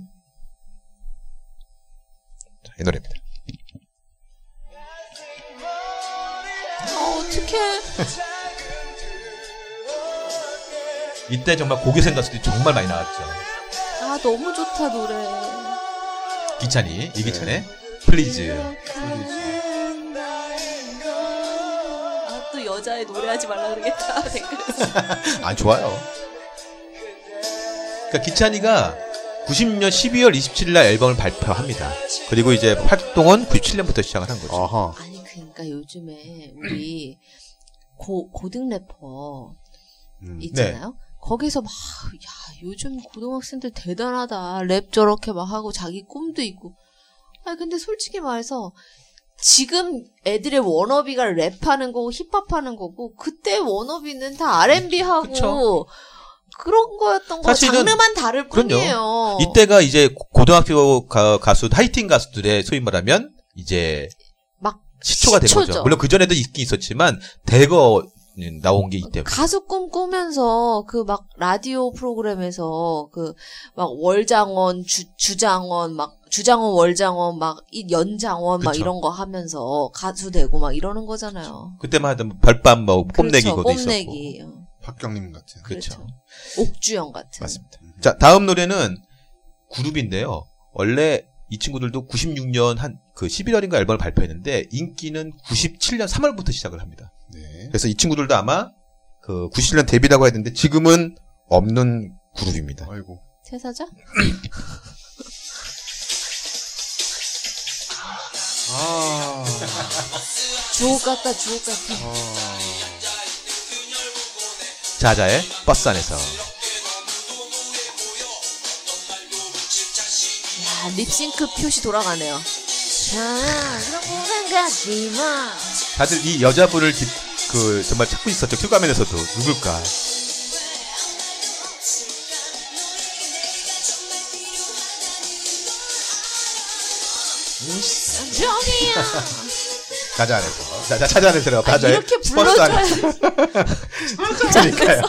[SPEAKER 5] 자, 이 노래입니다.
[SPEAKER 1] 어 어떡해
[SPEAKER 5] 이때 정말 고교생 가수들이 정말 많이 나왔죠.
[SPEAKER 1] 아 너무 좋다 노래
[SPEAKER 5] 기찬이
[SPEAKER 1] 네.
[SPEAKER 5] 이기찬의 플리즈.
[SPEAKER 1] 아 또 여자의 노래하지 말라 그러겠다 댓글에서
[SPEAKER 5] 아 좋아요. 그러니까 기찬이가 90년 12월 27일 날 앨범을 발표합니다. 그리고 이제 활동은 97년부터 시작을 한 거죠.
[SPEAKER 4] 아하.
[SPEAKER 1] 아니 그러니까 요즘에 우리 고 고등 래퍼
[SPEAKER 4] 음.
[SPEAKER 5] 네.
[SPEAKER 1] 있잖아요. 거기서 막, 야, 요즘 고등학생들 대단하다. 랩 저렇게 막 하고 자기 꿈도 있고. 아 근데 솔직히 말해서 지금 애들의 워너비가 랩하는 거고 힙합하는 거고 그때 워너비는 다 R&B 하고
[SPEAKER 5] 그쵸.
[SPEAKER 1] 그런 거였던 거
[SPEAKER 5] 사실은-
[SPEAKER 1] 장르만 다를
[SPEAKER 5] 그럼요.
[SPEAKER 1] 뿐이에요.
[SPEAKER 5] 이때가 이제 고- 고등학교 가, 가수 하이틴 가수들의 소위 말하면 이제
[SPEAKER 1] 막
[SPEAKER 5] 시초가 된
[SPEAKER 1] 시초죠.
[SPEAKER 5] 거죠. 물론 그 전에도 있긴 있었지만 대거 나온 게 이때.
[SPEAKER 1] 가수 꿈 꾸면서 그 막 라디오 프로그램에서 그 막 월장원 주, 주장원 막 주장원 월장원 막 이 연장원 막
[SPEAKER 5] 그쵸.
[SPEAKER 1] 이런 거 하면서 가수 되고 막 이러는 거잖아요.
[SPEAKER 5] 그때만 하던 별밤 뭐 뽐내기
[SPEAKER 1] 그렇죠.
[SPEAKER 5] 것도 있었고.
[SPEAKER 1] 뽐내기. 어,
[SPEAKER 4] 박경림 같은.
[SPEAKER 5] 그렇죠.
[SPEAKER 1] 그렇죠. 옥주영 같은.
[SPEAKER 5] 맞습니다. 자 다음 노래는 그룹인데요. 원래 이 친구들도 96년 한 그 11월인가 앨범을 발표했는데 인기는 97년 3월부터 시작을 합니다.
[SPEAKER 4] 네.
[SPEAKER 5] 그래서 이 친구들도 아마 그 97년 데뷔라고 했는데 지금은 없는 그룹입니다.
[SPEAKER 4] 아이고.
[SPEAKER 1] 퇴사자?
[SPEAKER 4] 아.
[SPEAKER 1] 주옥 같다 주옥 같아.
[SPEAKER 4] 아.
[SPEAKER 5] 자자의 버스 안에서
[SPEAKER 1] 야 아, 립싱크 표시 돌아가네요. 자 그런 거 가지 마.
[SPEAKER 5] 다들 이 여자분을 기- 그 정말 찾고 있었죠. 큐가면에서도 누굴까?
[SPEAKER 1] 정이야.
[SPEAKER 5] 자자 안에서 자자 찾아 안에서
[SPEAKER 1] 아,
[SPEAKER 5] 자자의
[SPEAKER 1] 이렇게
[SPEAKER 5] 버스
[SPEAKER 1] 불러줘야
[SPEAKER 5] 안에서 그러니까요.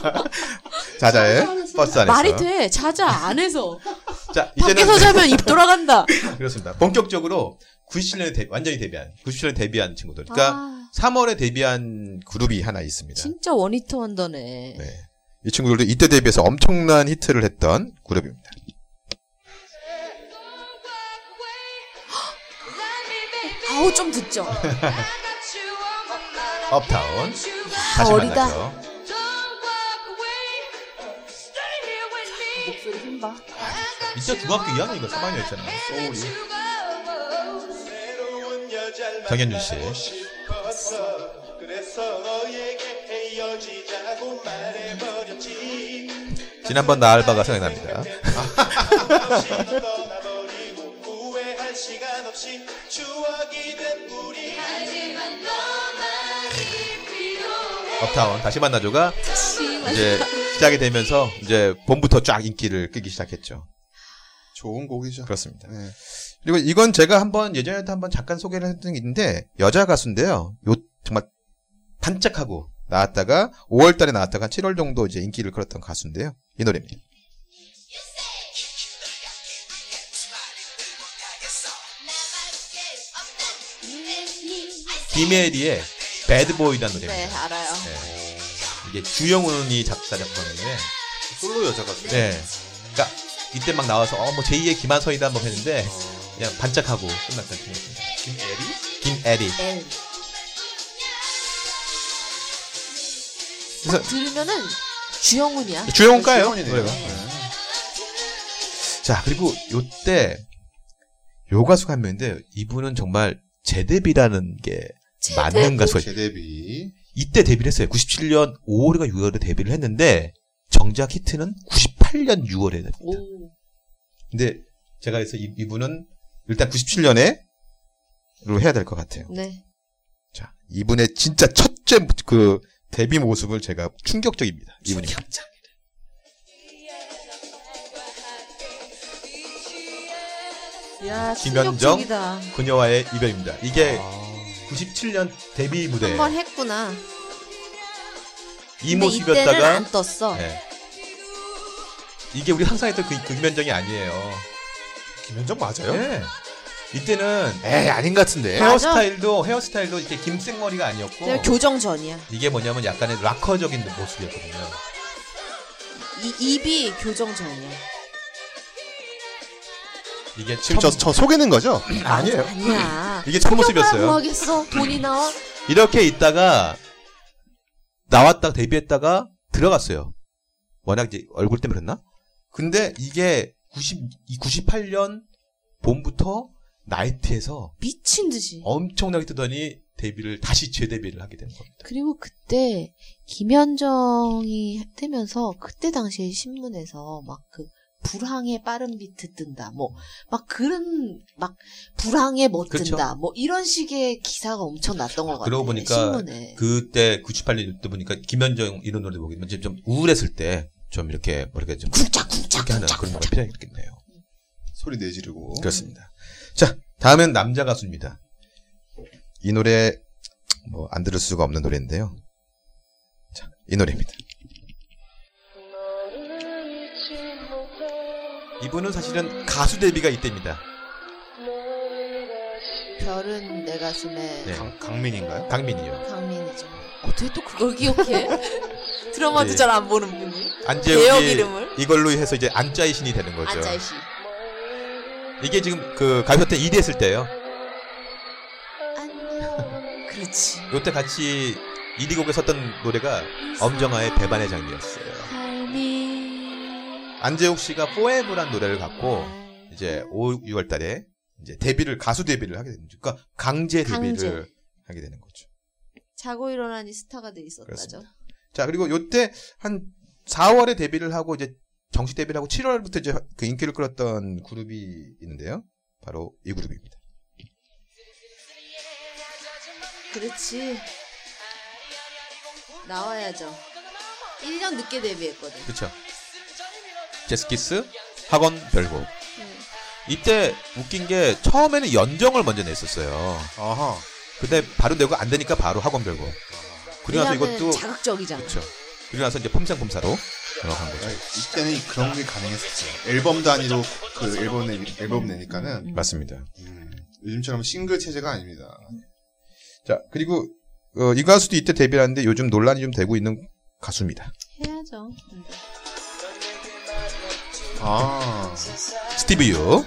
[SPEAKER 5] 자자의 버스 안에서
[SPEAKER 1] 말이 돼. 자자 안에서
[SPEAKER 5] 자 이제는
[SPEAKER 1] 밖에서 자면 입 돌아간다.
[SPEAKER 5] 그렇습니다. 본격적으로 97년에 데, 완전히 데뷔한 97년에 데뷔한 친구들. 그러니까
[SPEAKER 1] 아,
[SPEAKER 5] 3월에 데뷔한 그룹이 하나 있습니다.
[SPEAKER 1] 진짜 원히트 원더네.
[SPEAKER 5] 네. 이 친구들도 이때 데뷔해서 엄청난 히트를 했던 그룹입니다.
[SPEAKER 1] 아우 좀 듣죠.
[SPEAKER 5] 어. 업타운 다시
[SPEAKER 1] 아, 어리다.
[SPEAKER 5] 만나죠.
[SPEAKER 3] 목소리 힘 봐.
[SPEAKER 5] 이때 중학교 2학년인가 3학년이었잖아요. 서울이. 정현준 씨. 지난번 나 알바가 생각납니다. 업타운 다시 만나죠가 이제 시작이 되면서 이제 봄부터 쫙 인기를 끄기 시작했죠.
[SPEAKER 4] 좋은 곡이죠.
[SPEAKER 5] 그렇습니다.
[SPEAKER 4] 네.
[SPEAKER 5] 그리고 이건 제가 한번 예전에도 한번 잠깐 소개를 했던 게 있는데 여자 가수인데요. 요 정말 반짝하고 나왔다가 5월 달에 나왔다가 7월 정도 이제 인기를 끌었던 가수인데요. 이 노래입니다. 김혜리의 배드보이라는
[SPEAKER 1] 네
[SPEAKER 5] 노래입니다.
[SPEAKER 1] 알아요.
[SPEAKER 5] 네. 이게 주영훈이 작사 작곡했는데
[SPEAKER 4] 솔로 여자 가수.
[SPEAKER 5] 네. 그러니까 이때 막 나와서 어 뭐 제2의 김한서이다 뭐 했는데
[SPEAKER 4] 어.
[SPEAKER 5] 그냥 반짝하고 끝났던 팀이었습니다. 김애리? 김애리.
[SPEAKER 1] L.
[SPEAKER 5] 그래서
[SPEAKER 1] 들으면은 주영훈이야.
[SPEAKER 5] 주영가요?
[SPEAKER 4] 노래가.
[SPEAKER 5] 자 그리고 요때 요 가수가 한 명인데 이분은 정말 재데뷔라는 게 맞는 가수가 있어요.
[SPEAKER 4] 제데뷔.
[SPEAKER 5] 이때 데뷔를 했어요. 97년 5월인가 6월에 데뷔를 했는데 정작 히트는 98년 6월에 됩니다.
[SPEAKER 1] 오.
[SPEAKER 5] 근데 제가 그래서 이- 이분은 일단 97년에 로 해야 될 것 같아요.
[SPEAKER 1] 네.
[SPEAKER 5] 자, 이분의 진짜 첫째 그 데뷔 모습을 제가 충격적입니다.
[SPEAKER 1] 음.
[SPEAKER 5] 이분이.
[SPEAKER 1] 야
[SPEAKER 5] 김현정. 네.
[SPEAKER 1] 충격적이다.
[SPEAKER 5] 그녀와의 이별입니다. 이게
[SPEAKER 4] 아.
[SPEAKER 5] 97년 데뷔 무대
[SPEAKER 1] 한 번 했구나.
[SPEAKER 5] 이
[SPEAKER 1] 근데 이때는
[SPEAKER 5] 모습이었다가
[SPEAKER 1] 안 떴어.
[SPEAKER 5] 예. 이게 우리 항상 했던 그 금면정이 아니에요.
[SPEAKER 4] 김현정 맞아요?
[SPEAKER 5] 예. 이때는
[SPEAKER 4] 에이 아닌 것 같은데.
[SPEAKER 1] 맞아. 네,
[SPEAKER 5] 헤어스타일도 헤어스타일도 이렇게 김생머리가 아니었고
[SPEAKER 1] 내가 교정 전이야.
[SPEAKER 5] 이게 뭐냐면 약간의 락커적인 모습이었거든요.
[SPEAKER 1] 이, 입이 교정 전이야.
[SPEAKER 5] 이게
[SPEAKER 4] 지금 저,
[SPEAKER 5] 첫-
[SPEAKER 4] 저 속이는 거죠?
[SPEAKER 5] 아니에요.
[SPEAKER 1] 아니야.
[SPEAKER 5] 이게 첫 모습이었어요.
[SPEAKER 1] 뭐 하겠어? 돈이 나와?
[SPEAKER 5] 이렇게 있다가 나왔다 가 데뷔했다가 들어갔어요. 워낙 이제 얼굴 때문에 그랬나? 근데 이게 90, 98년 봄부터 나이트에서
[SPEAKER 1] 미친 듯이.
[SPEAKER 5] 엄청나게 뜨더니 데뷔를 다시 재데뷔를 하게 된 겁니다.
[SPEAKER 1] 그리고 그때 김현정이 뜨면서 그때 당시에 신문에서 막 그 불황의 빠른 비트 뜬다 뭐 막 그런 막 불황의 뭐
[SPEAKER 5] 그렇죠.
[SPEAKER 1] 뜬다 뭐 이런 식의 기사가 엄청 났던 것 같아요.
[SPEAKER 5] 그러고 보니까
[SPEAKER 1] 신문에
[SPEAKER 5] 그때 98년 때 보니까 김현정 이런 노래 보기면 좀, 좀 우울했을 때 좀 이렇게 뭐랄까 좀
[SPEAKER 1] 쿵짝 쿵짝
[SPEAKER 5] 그렇게 하는
[SPEAKER 1] 쿵짝
[SPEAKER 5] 그런 노래
[SPEAKER 1] 쿵짝
[SPEAKER 5] 필요했겠네요.
[SPEAKER 4] 소리 내지르고.
[SPEAKER 5] 그렇습니다. 자 다음은 남자 가수입니다. 이 노래 뭐 안 들을 수가 없는 노래인데요. 자 이 노래입니다. 이분은 사실은 가수 데뷔가 이때입니다.
[SPEAKER 1] 별은 내 가슴에
[SPEAKER 5] 네.
[SPEAKER 4] 강, 강민인가요?
[SPEAKER 5] 강민이요.
[SPEAKER 1] 강민이죠. 어떻게 또 그걸 기억해? 드라마도
[SPEAKER 5] 네.
[SPEAKER 1] 잘 안 보는 분이 배역
[SPEAKER 5] 안재욱이
[SPEAKER 1] 이름을
[SPEAKER 5] 이걸로 해서 이제 안짜이 신이 되는 거죠.
[SPEAKER 1] 안짜이 씨.
[SPEAKER 5] 이게 지금 그 가요사태 2대 했을 때예요.
[SPEAKER 1] 그렇지.
[SPEAKER 5] 요때 같이 1위 곡에 섰던 노래가 엄정화의 배반의 장미였어요. 안재욱 씨가 포에브란 노래를 갖고 이제 5, 6월 달에 이제 데뷔를 가수 데뷔를 하게 됩니다. 그러니까 강제 데뷔를
[SPEAKER 1] 강제.
[SPEAKER 5] 하게 되는 거죠.
[SPEAKER 1] 자고 일어나니 스타가 돼 있었다죠.
[SPEAKER 5] 그렇습니다. 자, 그리고 요때 한 4월에 데뷔를 하고 이제 정식 데뷔를 하고 7월부터 이제 그 인기를 끌었던 그룹이 있는데요. 바로 이 그룹입니다.
[SPEAKER 1] 그렇지. 나와야죠. 1년 늦게 데뷔했거든.
[SPEAKER 5] 그렇죠. 제스키스 학원 별고
[SPEAKER 1] 네.
[SPEAKER 5] 이때 웃긴 게 처음에는 연정을 먼저 냈었어요.
[SPEAKER 4] 아하.
[SPEAKER 5] 근데 바로 내고 안 되니까 바로 학원 별고. 그리고 나서
[SPEAKER 1] 왜냐면
[SPEAKER 5] 이것도
[SPEAKER 1] 자극적이잖아.
[SPEAKER 5] 그렇죠. 그리고 나서 이제 폼상폼사로 한 거죠.
[SPEAKER 4] 네, 이때는 그런 게 가능했었죠. 앨범 단위로 그 앨범 내, 앨범 내니까는
[SPEAKER 5] 맞습니다.
[SPEAKER 4] 음, 요즘처럼 싱글 체제가 아닙니다.
[SPEAKER 5] 자 그리고 어, 이 가수도 이때 데뷔하는데 요즘 논란이 좀 되고 있는 가수입니다.
[SPEAKER 1] 해야죠.
[SPEAKER 4] 아
[SPEAKER 5] 스티브 유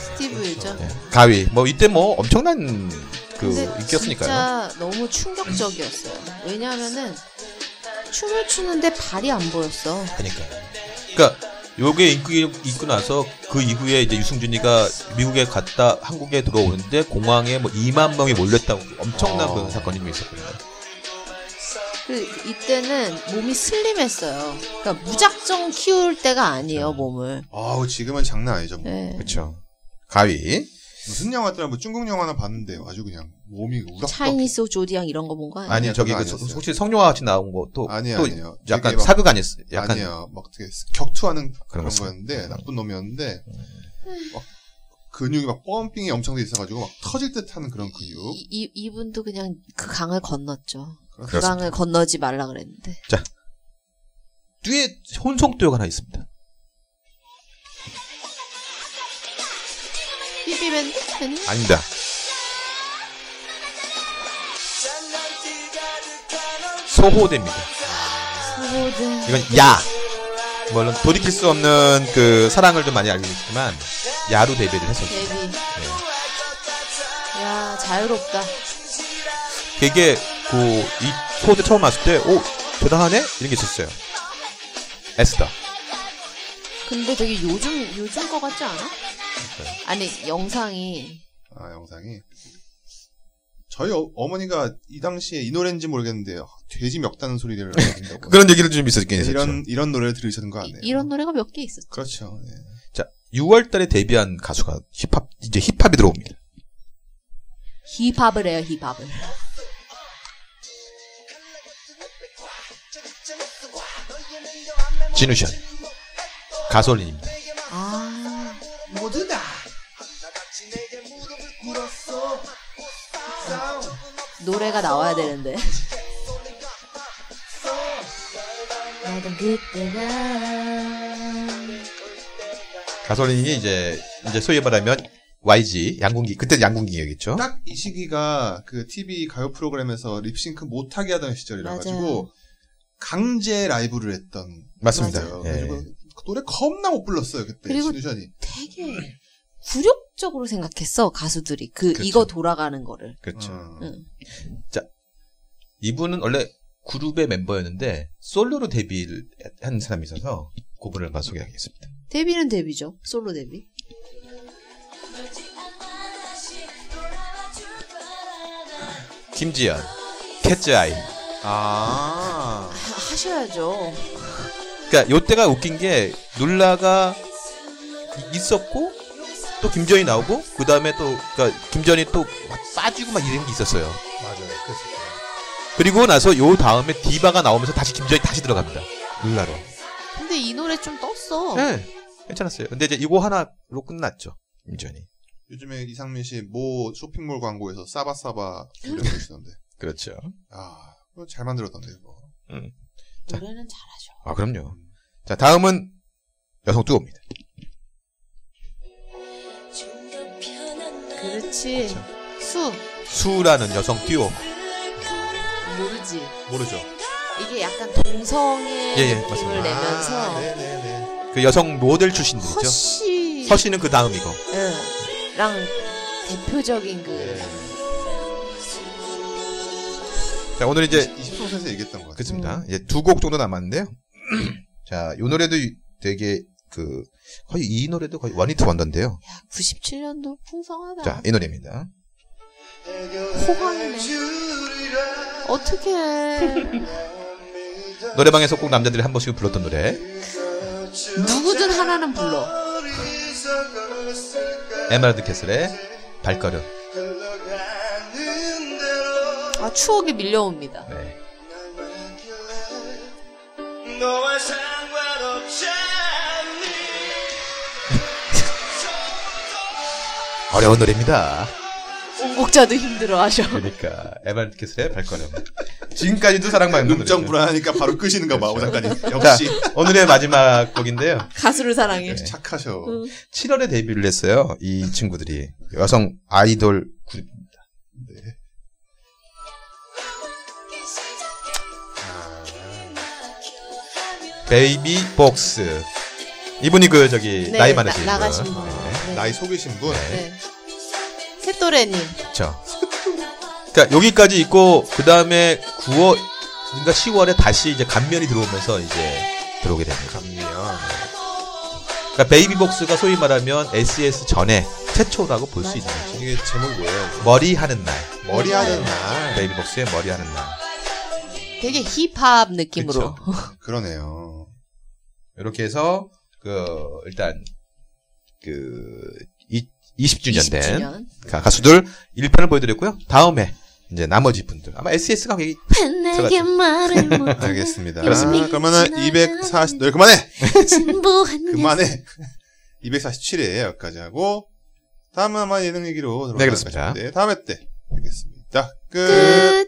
[SPEAKER 1] 스티브 유죠.
[SPEAKER 5] 예. 가위 뭐 이때 뭐 엄청난 그
[SPEAKER 1] 근데
[SPEAKER 5] 인기였으니까요.
[SPEAKER 1] 진짜 너무 충격적이었어요. 왜냐하면은 춤을 추는데 발이 안 보였어.
[SPEAKER 5] 그러니까요. 그러니까 요게 인기 있고 나서 그 이후에 이제 유승준이가 미국에 갔다 한국에 들어오는데 공항에 뭐 2만 명이 몰렸다고 엄청난
[SPEAKER 4] 어.
[SPEAKER 5] 그런 사건이 좀 있었거든요.
[SPEAKER 1] 그 이때는 몸이 슬림했어요. 그러니까 무작정 키울 때가
[SPEAKER 5] 네.
[SPEAKER 1] 아니에요 몸을.
[SPEAKER 4] 아우 지금은 장난 아니죠.
[SPEAKER 1] 예.
[SPEAKER 5] 그렇죠. 가위
[SPEAKER 4] 무슨 영화더라? 뭐 중국 영화나 봤는데 아주 그냥 몸이 우락부락.
[SPEAKER 1] 차이니스 조디양 이런 거 본 거 아니에요?
[SPEAKER 5] 아니
[SPEAKER 4] 아니요,
[SPEAKER 5] 저기
[SPEAKER 4] 그거
[SPEAKER 5] 그 소-
[SPEAKER 4] 아니었어요.
[SPEAKER 5] 혹시 성룡아 같이 나온 것도
[SPEAKER 4] 아니요
[SPEAKER 5] 또
[SPEAKER 4] 아니요.
[SPEAKER 5] 약간
[SPEAKER 4] 되게 막-
[SPEAKER 5] 사극 아니었어요? 약간
[SPEAKER 4] 아니에요. 막 되게 격투하는
[SPEAKER 5] 그런 음.
[SPEAKER 4] 그런,
[SPEAKER 5] 거 있어요.
[SPEAKER 4] 거였는데 나쁜 놈이었는데 막 근육이 막 펌핑이 엄청 돼 있어가지고 막 터질 듯하는 그런 근육.
[SPEAKER 1] 이, 이, 이분도 그냥 그 강을 건넜죠. 그
[SPEAKER 5] 어? 그렇습니다.
[SPEAKER 1] 강을 건너지 말라 그랬는데.
[SPEAKER 5] 뒤에 혼성도역 하나 있습니다.
[SPEAKER 1] 삐삐밴드? 아니?
[SPEAKER 5] 아닙니다. 소호대입니다.
[SPEAKER 1] 소고든.
[SPEAKER 5] 이건 야. 물론 돌이킬 수 없는 그 사랑을 좀 많이 알고 있지만 야로 데뷔를 했었죠.
[SPEAKER 1] 데뷔. 야, 자유롭다.
[SPEAKER 5] 되게 그이 소호대 처음 왔을 때, 오 대단하네 이런 게 있었어요. 에스더.
[SPEAKER 1] 근데 되게 요즘, 요즘 거 같지 않아? 아니, 영상이.
[SPEAKER 4] 아 영상이 저희 어, 머니가이 당시에 이 노래인지 모르겠는데 돼지 멱다는 소리를 하신다고
[SPEAKER 5] 그런 얘기를 좀 있었긴
[SPEAKER 4] 이런 이런 노래를 들으시는 거
[SPEAKER 5] 네.
[SPEAKER 4] 아니에요?
[SPEAKER 1] 이, 런 노래가 몇 개 있었죠.
[SPEAKER 4] 그렇죠. 네.
[SPEAKER 5] 6월달에 데뷔한 가수가 힙합 이제 힙합이 들어옵니다.
[SPEAKER 1] 힙합을 해요, 힙합을.
[SPEAKER 5] 진우션 가솔린입니다.
[SPEAKER 1] 아,
[SPEAKER 6] 모두 다 물었어 싸움
[SPEAKER 1] 노래가 나와야 되는데. 나도 그때가.
[SPEAKER 5] 가솔린이 이제 이제 소위 말하면 YG 양궁기 그때 양궁기였겠죠.
[SPEAKER 4] 딱 이 시기가 그 TV 가요 프로그램에서 립싱크 못하게 하던 시절이라
[SPEAKER 1] 맞아요.
[SPEAKER 4] 가지고 강제 라이브를 했던
[SPEAKER 5] 맞습니다.
[SPEAKER 4] 거예요.
[SPEAKER 5] 예.
[SPEAKER 4] 그래가지고 그 노래 겁나 못 불렀어요 그때
[SPEAKER 1] 그리고
[SPEAKER 4] 신유션이.
[SPEAKER 1] 되게 굴욕적으로 생각했어, 가수들이. 그,
[SPEAKER 5] 그렇죠.
[SPEAKER 1] 이거 돌아가는 거를.
[SPEAKER 5] 그렇죠.
[SPEAKER 4] 어.
[SPEAKER 1] 응.
[SPEAKER 5] 이분은 원래 그룹의 멤버였는데 솔로로 데뷔한 사람이 있어서 그분을 한번 소개하겠습니다.
[SPEAKER 1] 데뷔는 데뷔죠. 솔로 데뷔.
[SPEAKER 5] 김지연, 캣츠아이.
[SPEAKER 4] 아.
[SPEAKER 1] 하- 하셔야죠.
[SPEAKER 5] 그러니까 요때가 웃긴 게 눌라가 이- 있었고 또 김전이 나오고 그 다음에 또 그러니까 김전이 또막 빠지고 막 이런 게 있었어요.
[SPEAKER 4] 맞아요. 그랬었어요.
[SPEAKER 5] 그리고 나서 요 다음에 디바가 나오면서 다시 김전이 다시 들어갑니다. 눌라로.
[SPEAKER 1] 근데 이 노래 좀 떴어.
[SPEAKER 5] 네, 괜찮았어요. 근데 이제 이거 하나로 끝났죠. 김전이.
[SPEAKER 4] 요즘에 이상민 씨 모 쇼핑몰 광고에서 싸바싸바 노래 부르시던데.
[SPEAKER 5] 그렇죠.
[SPEAKER 4] 아, 그거 잘 만들었던데, 이거.
[SPEAKER 1] 노래는 잘하죠.
[SPEAKER 5] 아 그럼요. 자 다음은 여성 듀오입니다.
[SPEAKER 1] 그렇지. 수
[SPEAKER 5] 수라는 여성 듀오.
[SPEAKER 1] 모르지.
[SPEAKER 4] 모르죠.
[SPEAKER 1] 이게 약간 동성의
[SPEAKER 5] 예, 예,
[SPEAKER 1] 느낌을
[SPEAKER 5] 맞습니다.
[SPEAKER 1] 내면서
[SPEAKER 4] 아, 네네네.
[SPEAKER 5] 그 여성 모델 출신들이죠.
[SPEAKER 1] 허씨
[SPEAKER 5] 허씨는 그 다음이고.
[SPEAKER 1] 예, 랑 대표적인 그
[SPEAKER 5] 자 오늘 이제
[SPEAKER 4] 20소에서 얘기했던 것 같아요.
[SPEAKER 1] 음.
[SPEAKER 5] 그렇습니다. 이제 두 곡 정도 남았는데요. 자, 이 노래도 되게 그 거의 이 노래도 거의 원히트 원더인데요.
[SPEAKER 1] 97년도 풍성하다.
[SPEAKER 5] 자, 이 노래입니다.
[SPEAKER 1] 호강이네. 어떻게
[SPEAKER 5] 노래방에서 꼭 남자들이 한 번씩 불렀던 노래.
[SPEAKER 1] 누구든 하나는 불러.
[SPEAKER 5] 에메랄드 캐슬의 발걸음.
[SPEAKER 1] 아 추억이 밀려옵니다.
[SPEAKER 5] 네.
[SPEAKER 6] 너와 상관없잖니
[SPEAKER 5] 어려운 노래입니다.
[SPEAKER 1] 원곡자도 힘들어하셔.
[SPEAKER 5] 그러니까 에메랄드 캐슬의 발걸음. 지금까지도 사랑받는
[SPEAKER 4] 음정
[SPEAKER 5] 노래죠.
[SPEAKER 4] 불안하니까 바로 끄시는가 봐, 오 작가님.
[SPEAKER 5] 자,
[SPEAKER 4] 역시
[SPEAKER 5] 오늘의 마지막 곡인데요.
[SPEAKER 1] 가수를 사랑해.
[SPEAKER 5] 네.
[SPEAKER 4] 착하셔.
[SPEAKER 5] 7월에 데뷔를 했어요. 이 친구들이 여성 아이돌 그룹입니다. 네.
[SPEAKER 1] 아.
[SPEAKER 5] 베이비 복스 이분이 그 저기
[SPEAKER 1] 네,
[SPEAKER 5] 나이 많으신
[SPEAKER 1] 나-
[SPEAKER 5] 분.
[SPEAKER 1] 나가신 분. 네.
[SPEAKER 4] 나이 속이신 분.
[SPEAKER 1] 네. 새또래님.
[SPEAKER 5] 그렇죠. 그러니까 여기까지 있고 그 다음에 9월 그러니까 10월에 다시 이제 감면이 들어오면서 이제 들어오게 됩니다. 그러니까 베이비 복스가 소위 말하면 SES 전에 최초라고 볼 수 있는 거죠.
[SPEAKER 4] 이게 제목이 뭐예요?
[SPEAKER 5] 머리 하는 날.
[SPEAKER 4] 머리 하는 날.
[SPEAKER 5] 베이비 복스의 머리 하는 날.
[SPEAKER 1] 되게 힙합 느낌으로.
[SPEAKER 4] 그러네요.
[SPEAKER 5] 이렇게 해서 그 일단 그 이, 20주년 된
[SPEAKER 1] 20주년.
[SPEAKER 5] 가- 가수들 1편을 보여드렸고요. 다음에 이제 나머지 분들 아마 SES가 거기
[SPEAKER 2] 내게 말을 못해
[SPEAKER 4] 음. 알겠습니다.
[SPEAKER 2] 열심히
[SPEAKER 4] 그러면은
[SPEAKER 2] 지나가는
[SPEAKER 4] 240, 너 그만해!
[SPEAKER 2] 진보한
[SPEAKER 4] 그만해! 247회 여기까지 하고, 다음은 아마 예능 얘기로
[SPEAKER 5] 그렇습니다.
[SPEAKER 4] 들어가겠습니다. 네, 다음에 때 뵙겠습니다. 끝!
[SPEAKER 2] 끝